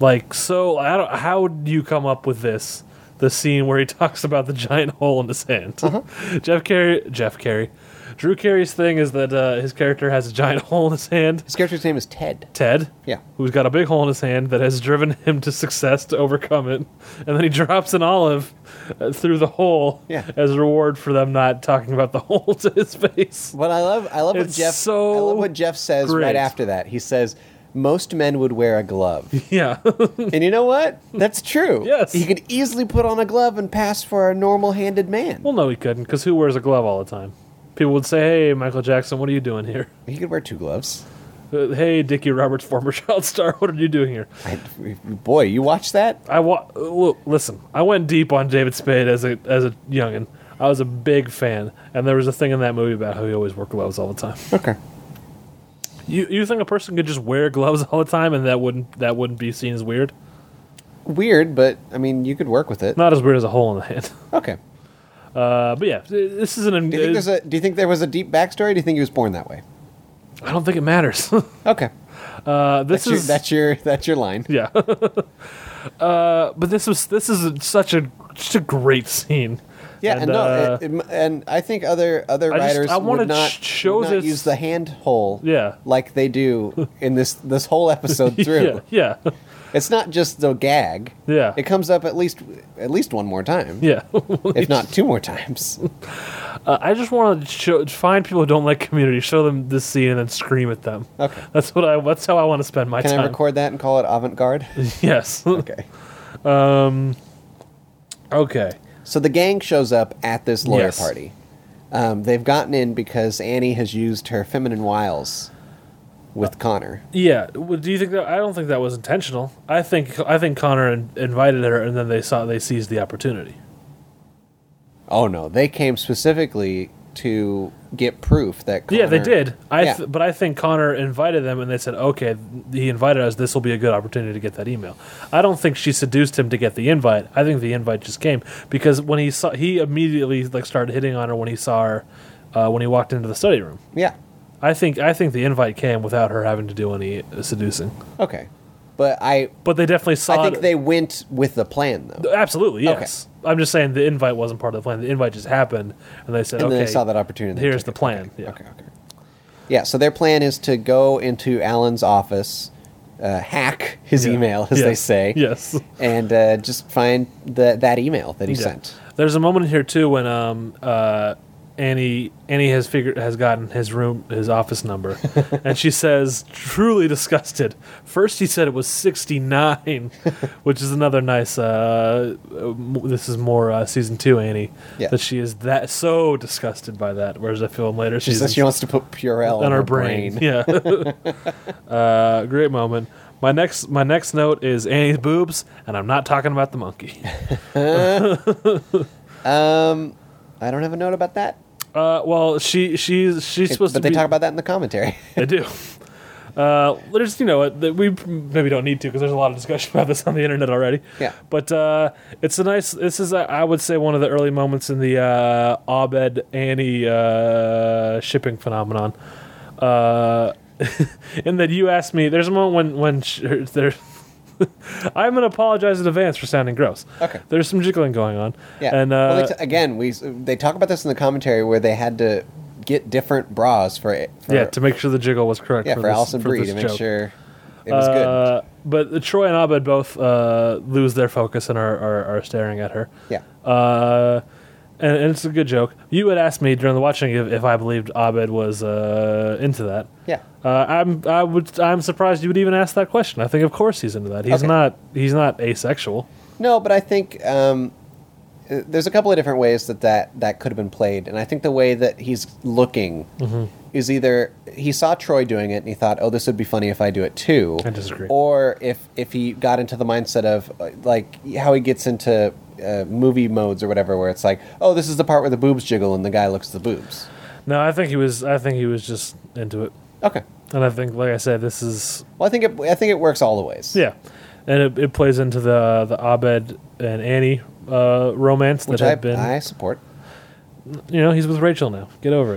like so. I don't. How do you come up with this? The scene where he [laughs] talks about the giant hole in his hand.
Uh-huh.
[laughs] Jeff Carey. Jeff Carey. Drew Carey's thing is that uh, his character has a giant [laughs] hole in his hand.
His character's name is Ted.
Ted.
Yeah.
Who's got a big hole in his hand that has driven him to success to overcome it. And then he [laughs] drops an olive uh, through the hole
Yeah.
as a reward for them not talking about the [laughs] hole to his face.
But I love, I love what
It's
Jeff. I
so
love what Jeff says
great.
right after that. He says, "Most men would wear a glove."
[laughs] Yeah.
And you know what? That's true.
[laughs] Yes.
He could easily put on a glove and pass for a normal handed man.
well, no, he couldn't because who wears a glove all the time? People would say, hey, Michael Jackson, what are you doing here?
he could wear two gloves.
Uh, hey, Dickie Roberts, former [laughs] child star, what are you doing here?
I, boy, you watch that?
I wa- uh, look, listen. I went deep on David Spade as a as a youngin. I was a big fan, and there was a thing in that movie about how he always wore gloves all the time.
Okay.
You you think a person could just wear gloves [laughs] all the time and that wouldn't that wouldn't be seen as weird?
Weird, but I mean, you could work with it.
Not as weird as a hole in the hand.
Okay.
Uh, but yeah, this is an. uh,
Do you think there's a? Do you think there was a deep backstory? Do you think he was born that way?
I don't think it matters. [laughs]
Okay.
uh, this
That's your,
is
that's your that's your line.
yeah. [laughs] uh, but this was this is such a such a great scene.
Yeah, and, no,
uh,
it, it- and I think other other
I just-
writers
I wanna
would not,
sh- show
would not
this-
use the hand hole [laughs]
Yeah.
like they
[laughs]
do in this this whole episode through.
yeah, yeah.
It's not just the gag.
Yeah.
It comes up at least at least one more time.
[laughs] yeah. Uh,
If not two more
[laughs]
times.
I just want to show, find people who don't like community, show them this scene, and then scream at them.
Okay.
That's what I. That's how I want to spend my
Can
time.
I record that and call it avant garde?
[laughs] Yes.
[laughs] Okay.
okay.
So the gang shows up at this lawyer
Yes.
party. Um, they've gotten in because Annie has used her feminine wiles
Uh.
with Connor.
Yeah. Well, do you think that? I don't think that was intentional. I think I think Connor in, invited her, and then they saw they seized the opportunity.
Oh no, they came specifically to get proof that Connor,
Yeah, they did. I th-
Yeah.
but I think Connor invited them, and they said, "Okay, he invited us. This will be a good opportunity to get that email." I don't think she seduced him to get the invite. I think the invite just came because when he saw, he immediately like started hitting on her when he saw her uh, when he walked into the study room.
yeah.
I think I think the invite came without her having to do any seducing.
Okay, but I
But they definitely saw.
I think
it-
they went with the plan though,
absolutely yes. I'm just saying the invite wasn't part of the plan. The invite just happened, and they said,
and
"Okay,
then they saw that opportunity. they
Here's
took
the
it.
plan. Yeah.
Okay, okay. Yeah, so their plan is to go into Alan's office, uh, hack his
Yeah.
email, as they
Yes.
say,
Yes.
and uh, just find the, that email that he
Yeah.
sent.
There's a moment in here too when um uh Annie Annie has figured has gotten his room his
[laughs]
office number and she says truly disgusted. First he said it was
[laughs]
69, which is another nice uh uh, m- this is more uh, season 2 Annie
Yeah.
that she is that so disgusted by that whereas I feel in later
She says
seasons-
she wants to put Purell on,
on her brain. Yeah.
[laughs]
[laughs] uh, great moment. My next my next note is Annie's boobs, and I'm not talking about the monkey.
I don't have a note about that.
Uh, well, she she's she's
It-
supposed
but
to.
they
be,
talk about that in the commentary.
[laughs]
[laughs]
They do. Uh, there's you know uh, that we maybe don't need to because there's a lot of discussion [laughs] about this on the internet already.
Yeah.
But uh, it's a nice. This is uh, I would say one of the early moments in the uh, Abed Annie uh, shipping phenomenon. Uh, [laughs] in that you asked me, there's a moment when when sh- [laughs] there. I'm gonna apologize in advance for sounding gross.
Okay.
There's some jiggling going on.
Yeah.
And uh,
well, they t- again, we s- they talk about this in the commentary where they had to get different bras for, for
yeah, to make sure the jiggle was correct.
yeah for,
this-
Allison
for
Brie
this
to make
joke.
sure it was good.
Uh, but the Troy and Abed both uh, lose their focus and are, are, are staring at her.
Yeah.
Uh, and, and it's a good joke. You had asked me during the watching if, if I believed Abed was uh, into that.
Yeah.
Uh, I'm I would I'm surprised you would even ask that question. I think of course he's into that. He's
Okay.
not he's not asexual.
No, but I think um, uh, there's a couple of different ways that that, that could have been played, and I think the way that he's looking
Mm-hmm.
is either he saw Troy doing it and he thought, "Oh, this would be funny if I do it too."
I disagree.
Or if if he got into the mindset of uh, like how he gets into uh, movie modes or whatever, where it's like, "Oh, this is the part where the boobs jiggle and the guy looks at the boobs."
No, I think he was I think he was just into it.
Okay.
And I think like I said this is
Well, I think it I think it works all the ways.
Yeah, and it, it plays into the the Abed and Annie uh, romance
Which
that
I,
had been.
I support.
You know, he's with Rachel now. Get over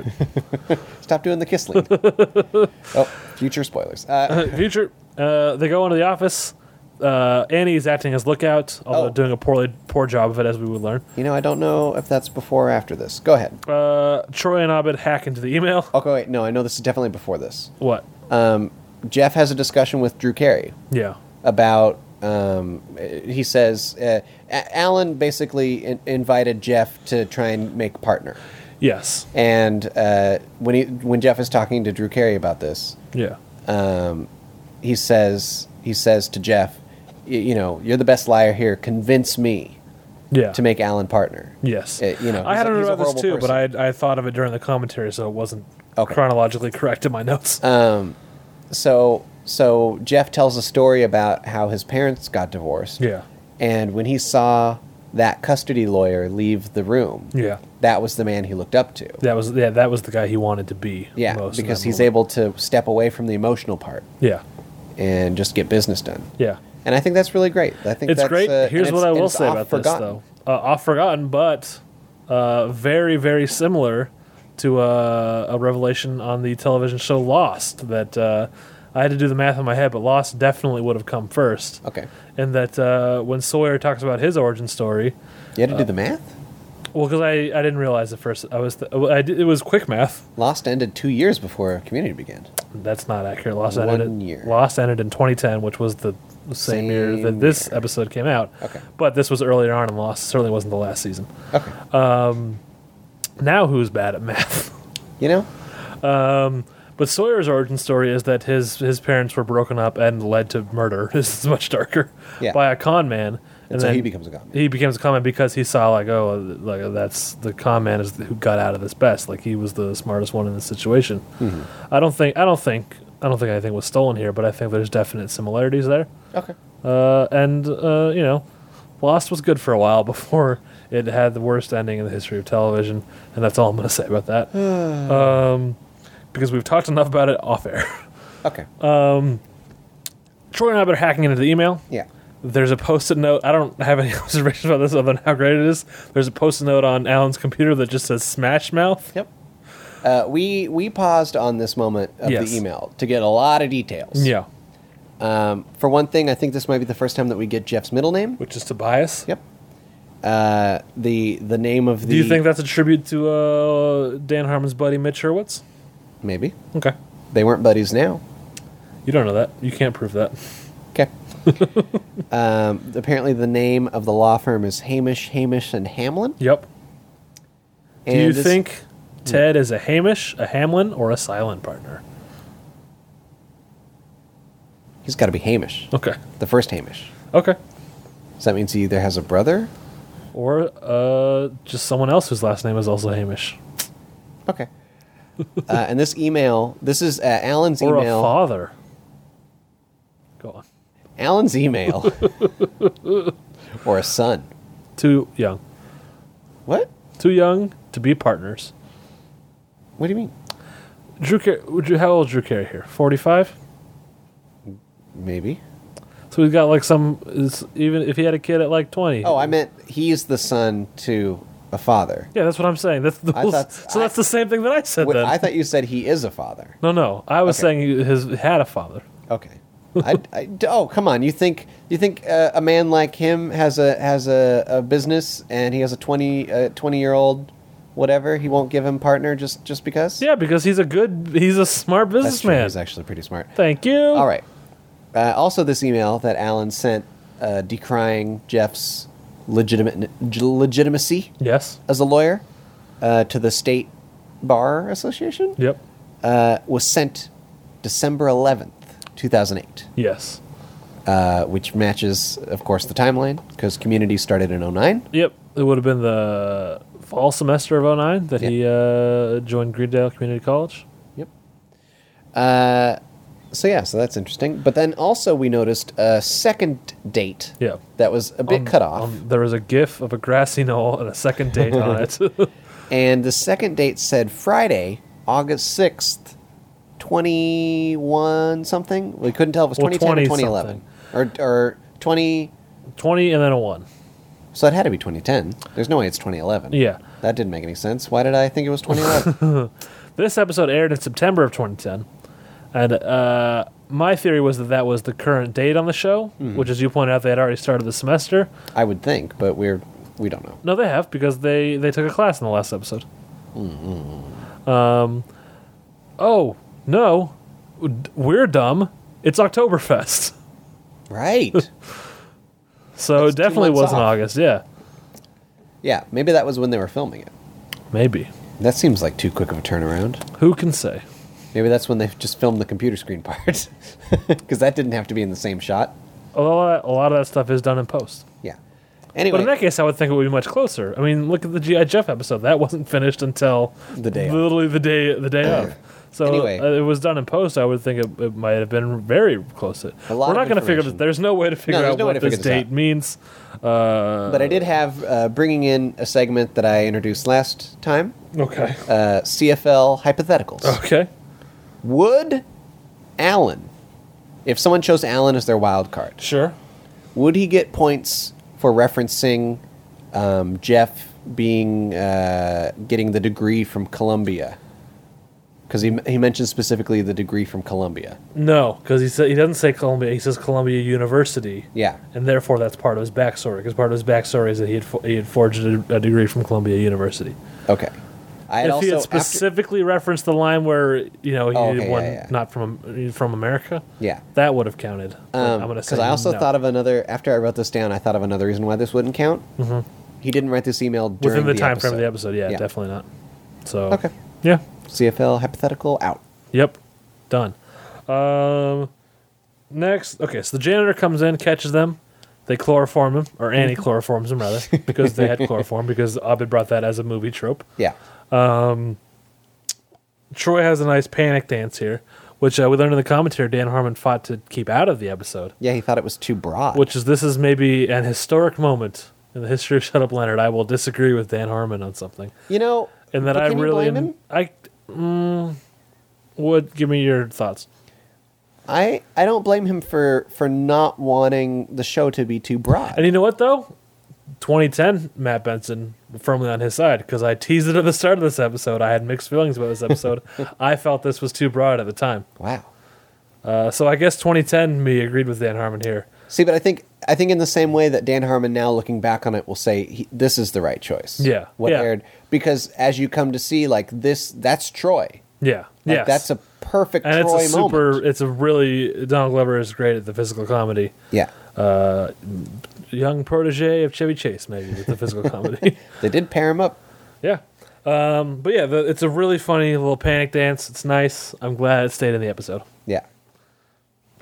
it.
Stop doing the kiss
[laughs]
lead. oh, future spoilers. [laughs] Uh,
Future, uh, they go into the office. Uh, Annie is acting as lookout, although
Oh.
doing a poorly poor job of it, as we would learn.
You know, I don't know if that's before or after this. Go ahead.
Uh, Troy and Abed hack into the email.
Okay, wait. No, I know this is definitely before this.
What?
Uh. Jeff has a discussion with Drew Carey
Yeah,
about. Um, uh, he says uh, A- Alan basically in- invited Jeff to try and make partner,
yes,
and uh, when he when Jeff is talking to Drew Carey about this,
yeah,
he says he says to Jeff, "Y- "You know, you're the best liar here. Convince me
yeah.
to make Alan partner."
Yes.
Uh, you know,
I
he's
had
a-
to
he's a
know about this too,
horrible
but I I thought of it during the commentary, so it wasn't
Okay. Uh.
chronologically [laughs] correct in my notes.
So so Jeff tells a story about how his parents got divorced.
yeah,
And when he saw that custody lawyer leave the room,
yeah.
that was the man he looked up to.
That was yeah. That was the guy he wanted to be.
Yeah,
most in
because
that
he's
moment.
able to step away from the emotional part
Yeah,
and just get business done.
yeah.
And I think that's really great. I think
It's
that's,
great.
uh, and
Here's
it's-
what I
and
will
it's
say
off
about
forgotten.
this though. Uh, off forgotten, but uh, very very similar to uh, a revelation on the television show Lost that. Uh, I had to do the math in my head, but Lost definitely would have come first.
Okay,
And that uh, when Sawyer talks about his origin story,
you had to do the math.
well, because I, I didn't realize at first I was th- I did, it was quick math.
Lost ended two years before Community began.
That's not accurate. Lost
One
ended
year.
Lost ended in 2010, which was the same, year that
Same
this episode came out.
Okay.
But this was earlier on, and Lost certainly wasn't the last season.
Okay,
Now who's bad at math? [laughs]
you know,
But Sawyer's origin story is that his his parents were broken up and led to murder. [laughs] This is much darker.
Yeah.
By a con man. And,
so
then
he becomes a con man.
He becomes a con man because he saw like oh like that's the con man is who got out of this best. Like he was the smartest one in this situation.
Mm-hmm.
I don't think I don't think I don't think anything was stolen here, but I think there's definite similarities there.
okay,
Uh, and uh, you know, Lost was good for a while [laughs] before It had the worst ending in the history of television, and that's all I'm going to say about
[sighs]
that. um, because we've talked enough about it off air. [laughs]
Okay.
Uh, Troy and I have been hacking into the email.
yeah.
There's a post-it note. I don't have any [laughs] observations about this other than how great it is. There's a post-it note on Alan's computer that just says "Smash Mouth."
Yep. Uh, we we paused on this moment of
Yes.
the email to get a lot of details.
Yeah,
Um, for one thing, I think this might be the first time that we get Jeff's middle name.
which is Tobias.
Yep. Uh, the the name of the.
Do you think that's a tribute to uh, Dan Harmon's buddy Mitch Hurwitz?
maybe
Okay,
they weren't buddies now?
you don't know that. You can't prove that. [laughs]
Okay. um, apparently, the name of the law firm is Hamish, Hamish, and Hamlin.
Yep. Do
And
you
this-
think Ted is a Hamish, a Hamlin, or a silent partner?
he's got to be Hamish?
Okay.
The first Hamish.
Okay.
So that means he either has a brother.
Or uh, just someone else whose last name is also Hamish, [laughs]
Okay. uh, and this email, this is uh, Alan's
or a
email.
father. Go on.
Alan's
[laughs]
email. or a son.
Too young.
What?
Too young to be partners.
What do you mean?
Drew, Car- would you how old is Drew Carey here? Forty-five.
Maybe.
So he's got like some. Is, even if he had a kid at like twenty.
Oh, I meant he's the son to a father.
Yeah, that's what I'm saying. That's the
I thought-
so that's the same thing that I said
Wait,
then.
I thought you said he is a father.
no, no, I was
Okay.
saying he has had a father.
Okay. I, I- d- oh come on! You think you think uh, a man like him has a has a, a business and he has a 20, uh, 20 year old whatever he won't give him partner just just because?
Yeah, because he's a good, he's a
that's
smart
true.
businessman.
He's actually pretty smart.
Thank you.
All right. Uh, also, this email that Alan sent uh, decrying Jeff's legitimate legitimacy
Yes.
as a lawyer uh, to the state bar association
Yep.
uh, was sent December 11th, 2008,
Yes.
uh, which matches, of course, the timeline because Community started in 09.
Yep. It would have been the fall semester of 09 that he uh, joined Greendale Community College.
Yep. Uh, so yeah, so that's interesting. But then also we noticed a second date.
Yeah.
That was a bit cut off.
Um, there was a GIF of a grassy knoll and a second date
[laughs]
on it.
And the second date said Friday, August 6th, 21 something. We couldn't tell if it was
Well,
2010 or
20
2011. Or, or 20.
20 and then a 1.
So it had to be 2010. There's no way it's 2011.
Yeah.
That didn't make any sense. Why did I think it was
[laughs]
2011?
This episode aired in September of 2010, and uh, my theory was that that was the current date on the show,
Hmm.
which, as you pointed out, they had already started the semester.
I would think, but we're we don't
[laughs]
know.
No, they have because they they took a class in the last episode. Um, oh no, D- we're dumb. It's Oktoberfest, [laughs]
Right.
so
That's
it
two
definitely
months
was in
off.
August. Yeah,
yeah, maybe that was when they were filming it.
maybe.
That seems like too quick of a turnaround.
Who can say?
Maybe that's when they just filmed the computer screen [laughs] part. Because that didn't have to be in the same shot.
Although a lot of that stuff is done in post.
Yeah. Anyway.
But in that case, I would think it would be much closer. I mean, look at the GI Jeff episode. That wasn't finished until
The day of.
literally the day the day of. So
Anyway.
uh, it was done in post. I would think it, it might have been very close. To,
A lot
We're
of
not going to figure.
information.
This, there's no way to figure
there's
out
no way to
what
figure
this
this
date
out.
means. Uh,
But I did have uh, bringing in a segment that I introduced last time
okay.
uh, CFL hypotheticals.
Okay.
Would Allen, if someone chose Allen as their wild card,
Sure.
would he get points for referencing um, Jeff being uh, getting the degree from Columbia? Because he, he mentioned specifically the degree from Columbia.
No, because he said he doesn't say Columbia. He says Columbia University.
Yeah.
And therefore, that's part of his backstory. Because part of his backstory is that he had fo- he had forged a, a degree from Columbia University.
Okay. I
if he had
after-
specifically referenced the line where you know he
Oh,
did
okay,
one
yeah, yeah.
not from from America,
yeah.
that would have counted. But I'm gonna
Because
say
um, I also
no.
thought of another. After I wrote this down, I thought of another reason why this wouldn't count. Mm-hmm. He didn't write this email during
within the, time
episode.
frame of the episode. Yeah, definitely not. So
Okay.
yeah,
CFL hypothetical out.
yep, done. Um, next, okay, so the janitor comes in, catches them. They chloroform him, or
[laughs]
Annie chloroforms him rather, because they had chloroform. Because Abed brought that as a movie trope.
Yeah,
Troy has a nice panic dance here, which uh, we learned in the commentary. Dan Harmon fought to keep out of the episode.
yeah. He thought it was too broad.
which is this is maybe an historic moment in the history of Shut Up Leonard, I will disagree with Dan Harmon on something,
You know,
and that
but
I
can you
really
blame him?
I mm, would give me your thoughts.
I I don't blame him for for not wanting the show to be too broad.
And you know what though? 2010, Matt Benson firmly on his side because I teased it at the start of this episode. I had mixed feelings about
[laughs]
this episode. I felt this was too broad at the time.
wow.
Uh, so I guess 2010 me agreed with Dan Harmon here.
See, but I think I think in the same way that Dan Harmon now looking back on it will say he, this is the right choice.
Yeah,
What
yeah.
aired because as you come to see like this that's Troy.
Yeah,
Like,
yes.
That's a perfect
and
Troy
it's a super.
moment.
It's a really Donald Glover is great at the physical comedy.
Yeah.
Uh, young protege of Chevy Chase, maybe with the
[laughs]
physical comedy.
They did pair him up.
Yeah. Um, but yeah, the, it's a really funny little panic dance. It's nice. I'm glad it stayed in the episode.
Yeah.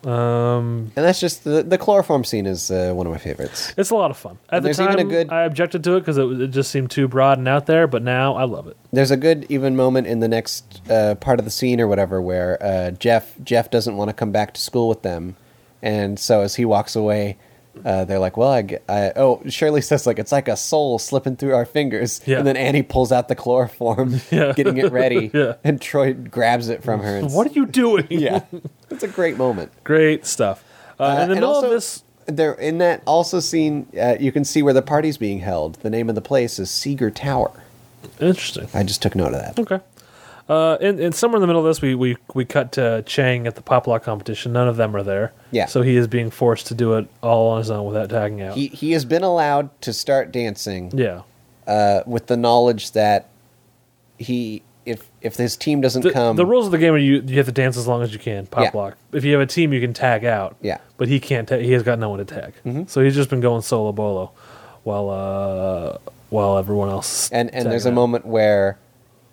Um, and that's just the, the chloroform scene is uh, one of my favorites.
It's a lot of fun. At
And
the
there's even a
time,
good-
I objected to it because it, was- it just seemed too broad and out there. But now I love it.
There's a good even moment in the next uh, part of the scene or whatever where uh, Jeff Jeff doesn't want to come back to school with them, and so as he walks away, uh, they're like, "Well, I, g- I- oh Shirley [laughs] says like it's like a soul slipping through our fingers,"
Yeah.
and then Annie pulls out the chloroform,
[laughs] Yeah.
getting it ready,
[laughs] Yeah.
and Troy grabs it from her. And
What are you doing?
yeah, [laughs] it's a great moment.
Great stuff. Uh, in the
and
middle
also,
of this,
there in that also scene, uh, you can see where the party's being held. The name of the place is Seeger Tower.
interesting.
I just took note of that.
Okay. Uh, and, and somewhere in the middle of this, we, we, we cut to Chang at the pop lock competition. None of them are there.
Yeah.
So he is being forced to do it all on his own without tagging out.
He he has been allowed to start dancing.
yeah.
uh, with the knowledge that he if if his team doesn't
The,
come
the rules of the game are you you have to dance as long as you can. Pop
Yeah.
lock. If you have a team, you can tag out.
Yeah. Mm-hmm.
But he can't. Ta- he has got no one to tag. So he's just been going solo bolo, while uh while everyone else.
and and there's a
tagging out.
moment where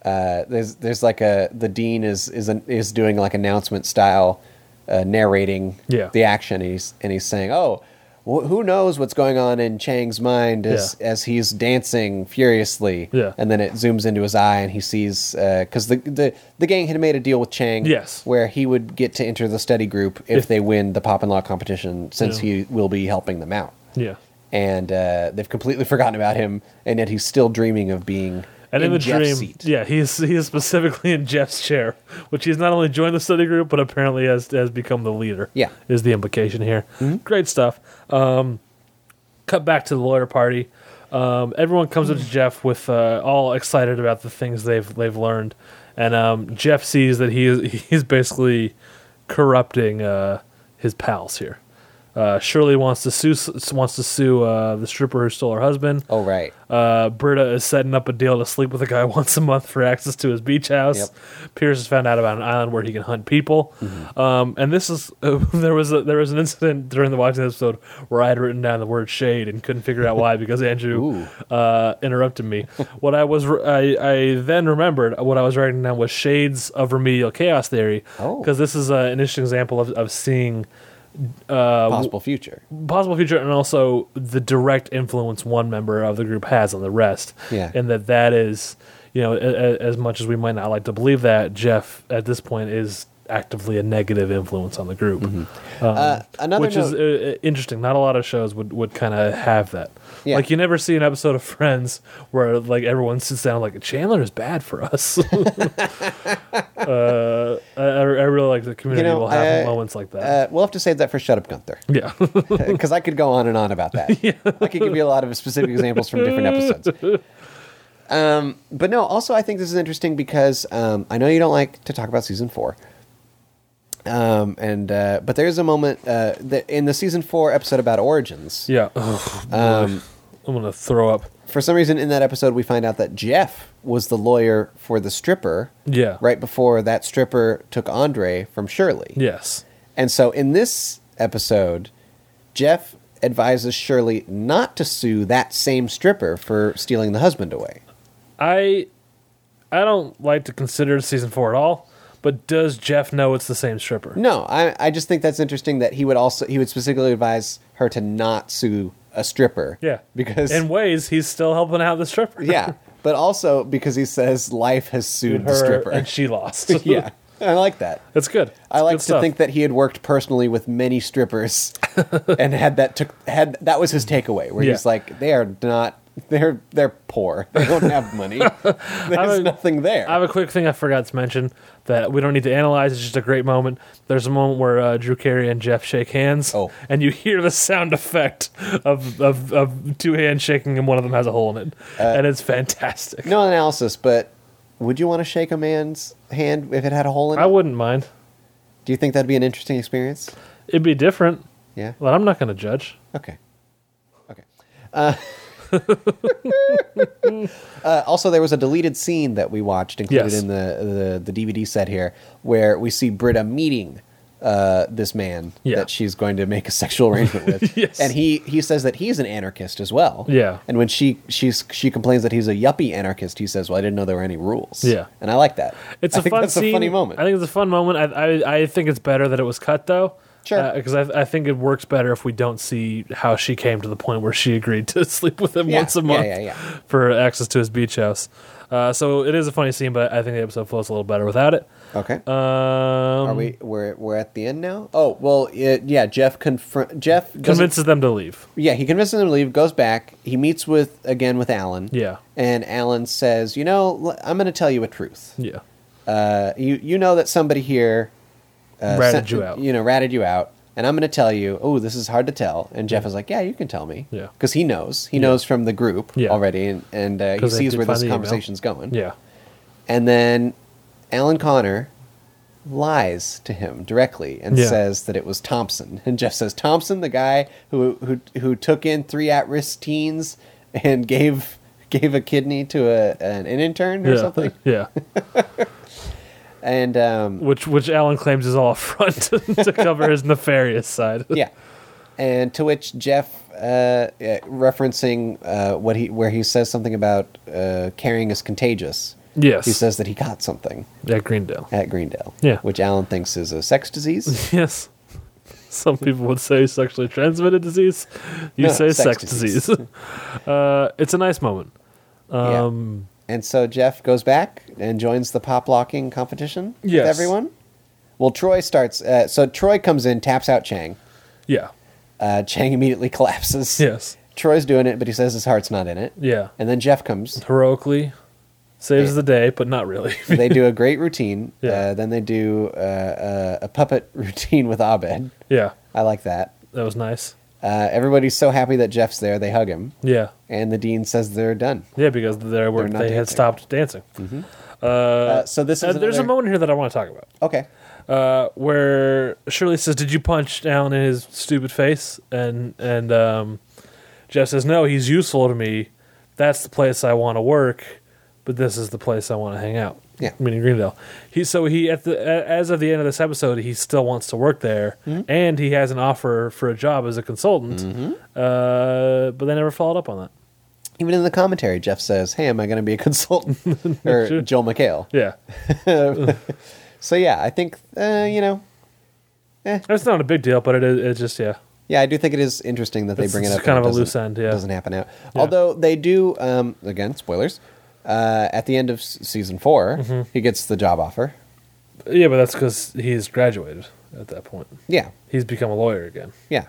uh, there's there's like a the dean is is an, is doing like announcement style uh, narrating
Yeah.
the action and he's and he's saying oh wh- who knows what's going on in Chang's mind as
Yeah.
as he's dancing furiously
Yeah.
and then it zooms into his eye and he sees because the, the the gang had made a deal with Chang
Yes.
where he would get to enter the study group if
If-
they win the pop and lock competition since
Yeah.
he will be helping them out
Yeah.
and uh, they've completely [laughs] forgotten about him, and yet he's still dreaming of being
And in, the
Jeff's
dream,
seat.
yeah, he is he is specifically in Jeff's chair, which he's not only joined the study group, but apparently has has become the leader.
Yeah. Mm-hmm.
is the implication here. Great stuff. Um, cut back to the lawyer party. Um, everyone comes up to Jeff with uh, all excited about the things they've they've learned, and um, Jeff sees that he is [laughs] he's basically corrupting uh, his pals here. Uh, Shirley wants to sue wants to sue uh, the stripper who stole her husband.
Oh right,
Uh, Britta is setting up a deal to sleep with a guy [laughs] once a month for access to his beach house. Pierce has found out about an island where he can hunt people. Um, and this is [laughs] there was a, there was an incident during the watching episode where I had written down the word shade and couldn't figure out why because Andrew uh, interrupted me. what I was re- I, I then remembered what I was writing down was shades of remedial chaos theory
Oh.
because this is uh, an interesting example of of seeing Uh,
possible future.
possible future and also the direct influence one member of the group has on the rest
Yeah.
and that that is you know a, a- as much as we might not like to believe that jeff at this point is actively a negative influence on the group um,
Mm-hmm. another
which
note-
is uh, uh, interesting not a lot of shows would, would kind of have that
Yeah.
like you never see an episode of friends where like everyone sits down like chandler is bad for
[laughs]
us [laughs] uh, I, I really like the community
know,
will have
I-
moments like that
Uh, we'll have to save that for Shut Up Gunther [laughs]
yeah
because I could go on and on about that.
[laughs]
I could give you a lot of specific examples from different episodes. Um, but no, also I think this is interesting because um, I know you don't like to talk about season four. Um, and uh, but there is a moment uh, that in the season four episode about origins.
yeah Ugh,
Um,
i'm gonna throw up
for some reason in that episode we find out that Jeff was the lawyer for the stripper.
Yeah.
Right before that stripper took Andre from Shirley.
Yes.
And so in this episode, Jeff advises Shirley not to sue that same stripper for stealing the husband away.
I I don't like to consider season four at all, but does Jeff know it's the same stripper?
No, I, I just think that's interesting that he would also he would specifically advise her to not sue a stripper.
Yeah.
Because
in ways he's still helping out the stripper.
yeah, but also because he says life has sued
[laughs] Her,
the stripper.
And she lost.
yeah. [laughs] I like that.
[laughs] It's good. It's
I
good
like to
stuff.
think that he had worked personally with many
[laughs]
strippers, and had that took had that was his takeaway, where he's
Yeah.
like, they are not, they're they're poor, [laughs] they don't have money,
[laughs]
there's
a-
nothing there.
I have a quick thing I forgot to mention that we don't need to analyze. It's just a great moment. There's a moment where uh, Drew Carey and Jeff shake hands,
Oh.
and you hear the sound effect of, of, of two hands shaking, and one of them has a hole in it, and it's fantastic.
Uh, no analysis, but would you want to shake a man's hand if it had a hole in it?
I wouldn't mind.
Do you think that'd be an interesting experience?
It'd be different,
Yeah.
but I'm not going to judge.
Okay. Okay. Uh, [laughs] uh, also, there was a deleted scene that we watched included
Yes.
in the, the, the DVD set here where we see Britta meeting uh, this man
Yeah.
that she's going to make a sexual arrangement with.
[laughs] Yes.
And he, he says that he's an anarchist as well.
Yeah.
And when she she's, she complains that he's a yuppie anarchist, he says, Well, I didn't know there were any rules.
Yeah.
And I like that.
It's
I
a
think
fun
that's
scene.
a funny moment.
I think it's a fun moment. I, I, I think it's better that it was cut though.
Sure.
Because I, I think it works better if we don't see how she came to the point where she agreed to [laughs] sleep with him
Yeah,
once a
yeah,
month
yeah, yeah.
for access to his beach house. Uh, so it is a funny scene, but I think the episode flows a little better without it.
okay.
Um, Are
Are we we're we're at the end now? Oh well, it, yeah. Jeff confront Jeff doesn't-
convinces them to leave?
Yeah, he convinces them to leave. Goes back. He meets with again with Alan.
Yeah.
and Alan says, "You know, l- I'm going to tell you a truth.
Yeah.
Uh, you you know that somebody here uh,
Ratted
sent-
you out.
You know, ratted you out." And I'm going to tell you, oh, this is hard to tell. And Jeff is like, yeah, you can tell me.
Yeah.
Because he knows. He knows from the group
Yeah.
already, and, and uh, he
'Cause they
sees
did
where
find
this
the email.
conversation's going.
Yeah.
And then Alan Connor lies to him directly and
Yeah.
says that it was Thompson. [laughs] And Jeff says Thompson, the guy who who who took in three at-risk teens and gave gave a kidney to a an, an intern or
yeah.
something.
[laughs] Yeah.
And
[laughs]
um,
which which Alan claims is all [laughs] a front to cover his nefarious side.
yeah. And to which Jeff, uh, uh, referencing uh, what he where he says something about uh, carrying is contagious.
Yes.
He says that he got something
at Greendale.
at Greendale.
Yeah.
Which Alan thinks is a sex disease.
Yes. Some people would say sexually transmitted disease. You
No,
say
sex
sex,
disease.
disease. [laughs] uh, it's a nice moment.
Yeah.
Um,
And so Jeff goes back and joins the pop locking competition with
Yes.
everyone. Well, Troy starts. Uh, so Troy comes in, taps out Chang.
yeah.
Uh, Chang [laughs] immediately collapses.
Yes.
Troy's doing it, but he says his heart's not in it.
Yeah.
And then Jeff
[laughs]
comes.
Heroically saves
Yeah.
the day, but not really. [laughs]
They do a great routine.
Yeah.
Uh, then they do uh, uh, a puppet [laughs] routine with Abed.
yeah.
I like that.
That was nice.
Uh, everybody's so happy that Jeff's there. They hug him.
Yeah.
And the dean says they're done.
Yeah, because they were
They're
they
not
had
dancing. Mm-hmm.
stopped dancing. Uh,
Uh, so this is.
uh, there's a
another-
moment here that I want to talk about.
Okay.
uh, where Shirley says, "Did you punch Alan in his stupid face?" and and um, Jeff says, "No, he's useful to me. That's the place I want to work, but this is the place I want to hang out."
Yeah.
meaning Greendale. He so he at the a- as of the end of this episode, he still wants to work there, and he has an offer for a job as a consultant. Uh, but they never followed up on that.
Even in the commentary, Jeff says, "Hey, am I going to be a
[laughs]
consultant?" or Joel McHale.
Yeah,
So yeah, I think uh, you know,
it's not a big deal, but it is it's just yeah.
yeah, I do think it is interesting that they
It's-
bring it
it's
up.
kind
and
of a
it doesn't-
loose end, yeah.
doesn't happen out. Although they do, um, again, spoilers. Uh, at the end of s- season 4
Mm-hmm.
he gets the job offer.
Yeah, but that's because he's graduated at that point.
Yeah,
He's become a lawyer again.
yeah,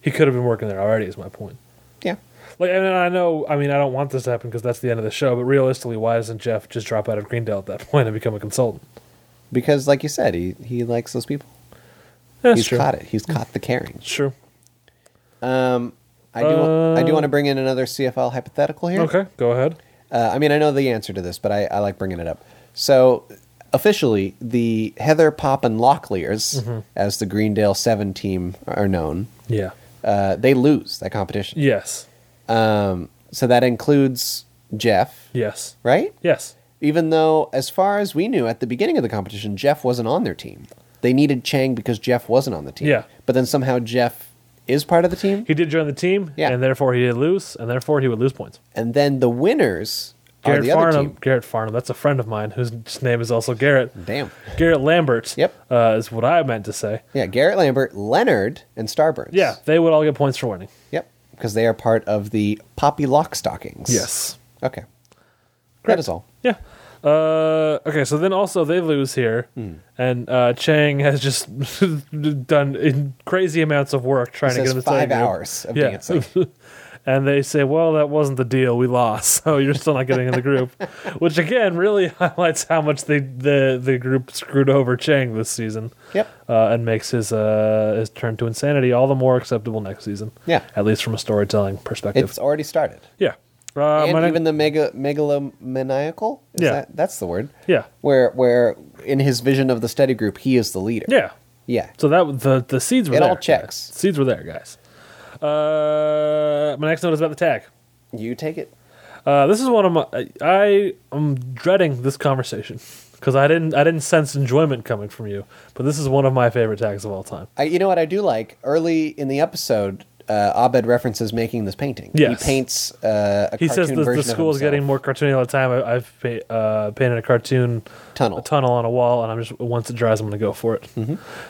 He could have been working there already. Is my point.
yeah.
Like, and I know, I mean, I don't want this to happen because that's the end of the show. But realistically, why doesn't Jeff just drop out of Greendale at that [laughs] point and become a consultant?
Because, like you said, he he likes those people.
That's
He's
true.
caught it. He's caught the caring.
It's true.
I do. I do want to bring in another CFL hypothetical here.
Uh, Okay, go ahead.
Uh, I mean, I know the answer to this, but I, I like bringing it up. So, officially, the Heather Poppin Locklears,
Mm-hmm.
as the Greendale 7 team are known,
Yeah.
uh, they lose that competition.
Yes.
Um, so, that includes Jeff,
Yes.
right?
Yes.
Even though, as far as we knew at the beginning of the competition, Jeff wasn't on their team. They needed Chang because Jeff wasn't on the team.
Yeah.
But then somehow Jeff is part of the team.
He did join the team,
Yeah.
and therefore he did lose, and therefore he would lose points.
And then the winners are
Garrett
the other
Farnham.
team.
Garrett Farnham. That's a friend of mine whose name is also Garrett.
Damn.
Garrett Lambert.
Yep.
Uh, is what I meant to say.
Yeah, Garrett Lambert, Leonard, and Starburns.
Yeah, they would all get points for winning.
Yep, because they are part of the Poppy Lock Stockings.
Yes.
Okay. That
Correct.
is all.
Yeah. Uh, okay, so then also they lose here,
Hmm.
and uh, Chang has just [laughs] done in crazy amounts of work trying to
says
get him to
five
tell you.
hours of
Yeah.
dancing.
[laughs] and they say, "Well, that wasn't the deal. We lost, so you're still not getting in the
[laughs]
group," which again really [laughs] highlights how much they, the the group screwed over Chang this season.
Yep.
uh, and makes his uh, his turn to insanity all the more acceptable next season.
Yeah.
at least from a storytelling perspective.
It's already started.
yeah, uh,
and
my ne-
even the mega megalomaniacal. Is
Yeah.
that, that's the word.
yeah,
Where where in his vision of the study group, he is the leader.
yeah.
Yeah.
So that w- the the seeds were
It
there.
all checks.
guys. Seeds were there, guys. Uh, my next note is about the tag.
You take it.
Uh, this is one of my I am dreading this conversation because I didn't I didn't sense enjoyment coming from you, but this is one of my favorite tags of all time.
I, you know what I do like? Early in the episode, uh, Abed references making this painting.
Yes.
He paints uh, a
He
cartoon
says the,
version
the
of
school is
himself.
getting more cartoony all the time. I, I've pa- uh, painted a cartoon
Tunnel. Mm-hmm.
a tunnel on a wall, and I'm just once it dries, I'm going to go for it.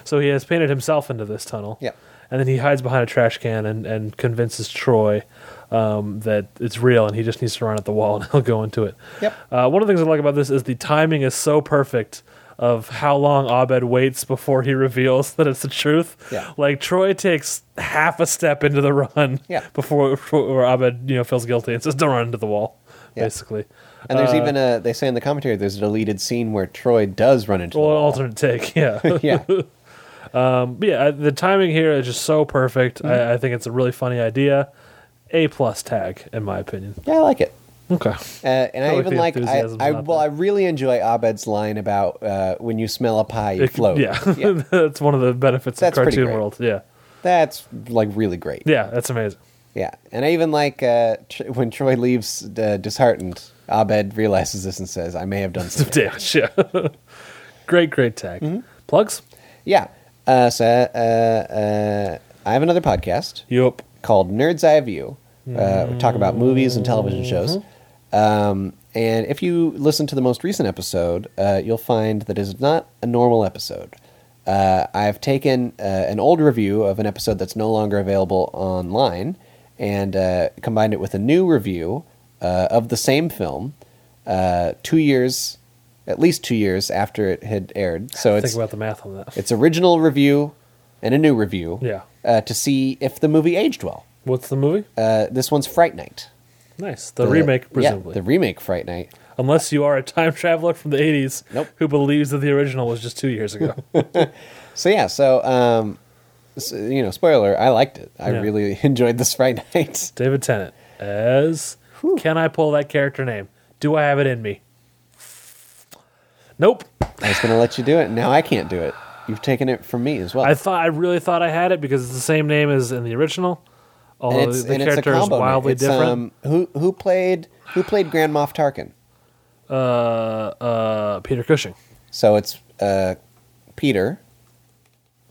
So he has painted himself into this tunnel.
Yep.
and then he hides behind a trash can and, and convinces Troy um, that it's real, and he just needs to run at the wall, [laughs] and he'll go into it.
Yep.
Uh, one of the things I like about this is the timing is so perfect of how long Abed waits before he reveals [laughs] that it's the truth.
Yeah.
Like Troy takes half a step into the run
Yeah.
before, before Abed, you know, feels guilty and says, Don't run into the wall.
Yeah.
Basically.
And
uh,
there's even a. They say in the commentary there's a deleted scene where Troy does run into.
Well,
the
an
wall.
alternate take, [laughs] yeah.
[laughs] Yeah.
But yeah, I- the timing here is just so perfect.
Mm-hmm.
I, I think it's a really funny idea. A plus tag, in my opinion.
Yeah, I like it.
Okay.
Uh, and I,
like
even
the
like I,
enthusiasm
I
about
well
that.
I really enjoy Abed's line about uh, when you smell a pie you
It-
float.
yeah. [laughs] that's one of the benefits
That's
of
pretty
cartoon
great.
world. Yeah.
That's like really great. Yeah.
Yeah, that's amazing. [laughs]
And I even like uh, tr- when Troy leaves uh, disheartened, Abed realizes this and says, "I may have done
[laughs]
something."
Damage, yeah. great, great tag.
Mm-hmm.
Plugs?
yeah. Uh, so uh, uh, I have another podcast.
Yup.
called Nerd's Eye View. Uh, we talk about movies and television shows.
Mm-hmm.
Um, and if you listen to the most recent episode, uh, you'll find that it is not a normal episode. Uh, I've taken uh, an old review of an episode that's no longer available online and uh, combined it with a new review uh, of the same film uh, two years, at least two years after it had aired. So
Think
it's
about the math on that.
its original review and a new review
Yeah.
uh, to see if the movie aged well.
What's the movie?
Uh, this one's Fright Night. Uh,
nice. The, remake, presumably.
Yeah, the remake Fright Night.
Unless you are a time traveler from the 80s
Nope.
who believes that the original was just two
[laughs]
years ago.
So yeah, so um, s you know, spoiler, I liked it. I
Yeah.
really [laughs] enjoyed this Fright Night.
David Tennant as. Can I pull that character name? Do I have it in me? Nope.
I was going to let you do it. Now I can't do it. You've taken it from me as well.
I thought I really thought I had it because it's the same name as in the original. Although
and it's,
the
and it's a
character is
combo. name.
wildly
It's,
different.
Um, who who played who played Grand Moff Tarkin?
uh, uh, Peter Cushing.
So it's uh, Peter.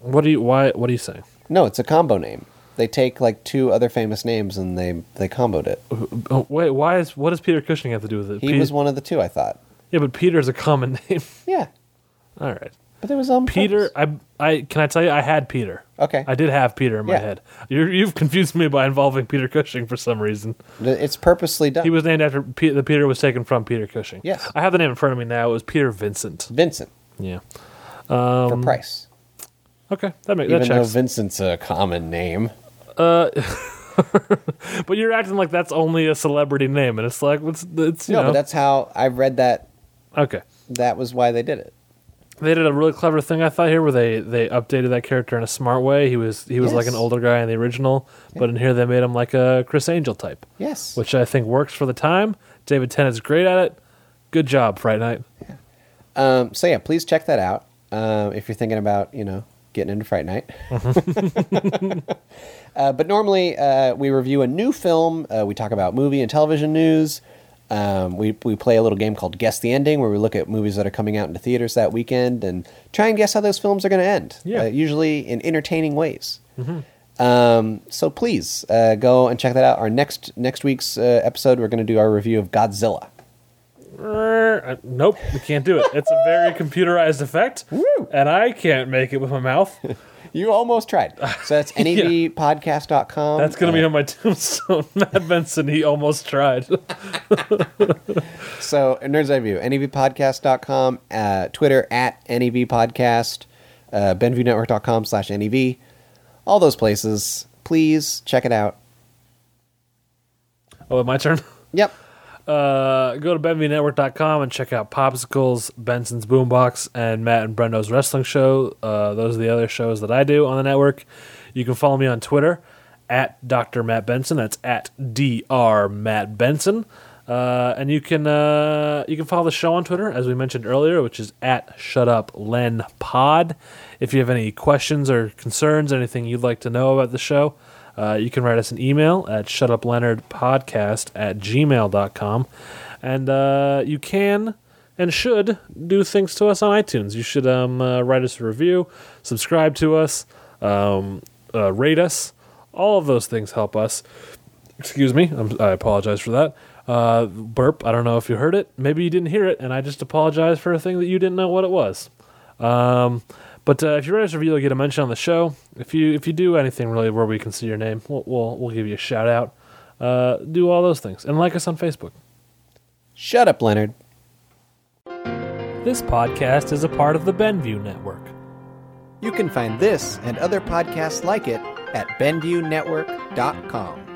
What do you? Why? What are you saying?
No, it's a combo name. They take like two other famous names and they they comboed it.
Oh, wait, why is what does Peter Cushing have to do with it?
He
Pe-
was one of the two, I thought.
Yeah, but Peter's a common [laughs] name.
Yeah,
All right,
but there was um
Peter. I, I can I tell you, I had Peter.
Okay.
I did have Peter in my
Yeah.
head. You're, you've confused me by involving Peter Cushing for some reason.
It's purposely done.
He was named after Pe- the Peter was taken from Peter Cushing.
Yes.
I have the name in front of me now. It was Peter Vincent.
Vincent
Yeah.
for Price.
Okay, Um, that makes that
Even though
checks.
Vincent's a common name.
but you're acting like that's only a celebrity name, and it's like it's, it's you
No,
know
but that's how I read that.
okay.
That was why they did it.
They did a really clever thing I thought here, where they they updated that character in a smart way. He was he was like an
Yes.
older guy in the original, but in here they made him like a Chris Angel type.
Yes.
which I think works for the time. David Tennant's great at it. Good job, Fright Night.
Um, so yeah, please check that out um, if you're thinking about you know getting into Fright Night. [laughs] uh, but normally uh, we review a new film. Uh, we talk about movie and television news. Um, we we play a little game called Guess the Ending, where we look at movies that are coming out into theaters that weekend and try and guess how those films are going to end.
Yeah.
uh, usually in entertaining ways. Um, so please uh, go and check that out. Our next next week's uh, episode, we're going to do our review of Godzilla.
Uh, Nope, we can't do it. It's a very computerized effect, and I can't make it with my mouth.
You almost tried. So
[laughs]
that's nevpodcast.com.
That's going to be
Uh,
on my [laughs] tombstone. Matt Benson, he almost tried.
So, Nerds Eye View, nevpodcast.com, uh, Twitter at nevpodcast, uh, benviewnetwork.com slash nev, all those places. Please check it out.
oh, my turn.
Yep.
Uh, go to BenvyNetwork.com and check out Popsicles, Benson's Boombox, and Matt and Brendo's Wrestling Show. Uh, those are the other shows that I do on the network. You can follow me on Twitter at Dr. Matt Benson. That's at Dr. Matt Benson. Uh, and you can uh, you can follow the show on Twitter, as we mentioned earlier, which is at Shut Up Len Pod. If you have any questions or concerns, anything you'd like to know about the show, uh, you can write us an email at shutupleonardpodcast at gmail.com. And uh, you can and should do things to us on iTunes. You should um, uh, write us a review, subscribe to us, um, uh, rate us. All of those things help us. Excuse me. I'm, I apologize for that. Uh, burp. I don't know if you heard it. Maybe you didn't hear it, and I just apologize for a thing that you didn't know what it was. Um, but uh, if you write us a review, you'll get a mention on the show. If you if you do anything really where we can see your name, we'll we'll, we'll give you a shout out. Uh, do all those things and like us on Facebook.
Shut up, Leonard.
This podcast is a part of the Benview Network.
You can find this and other podcasts like it at benviewnetwork.com.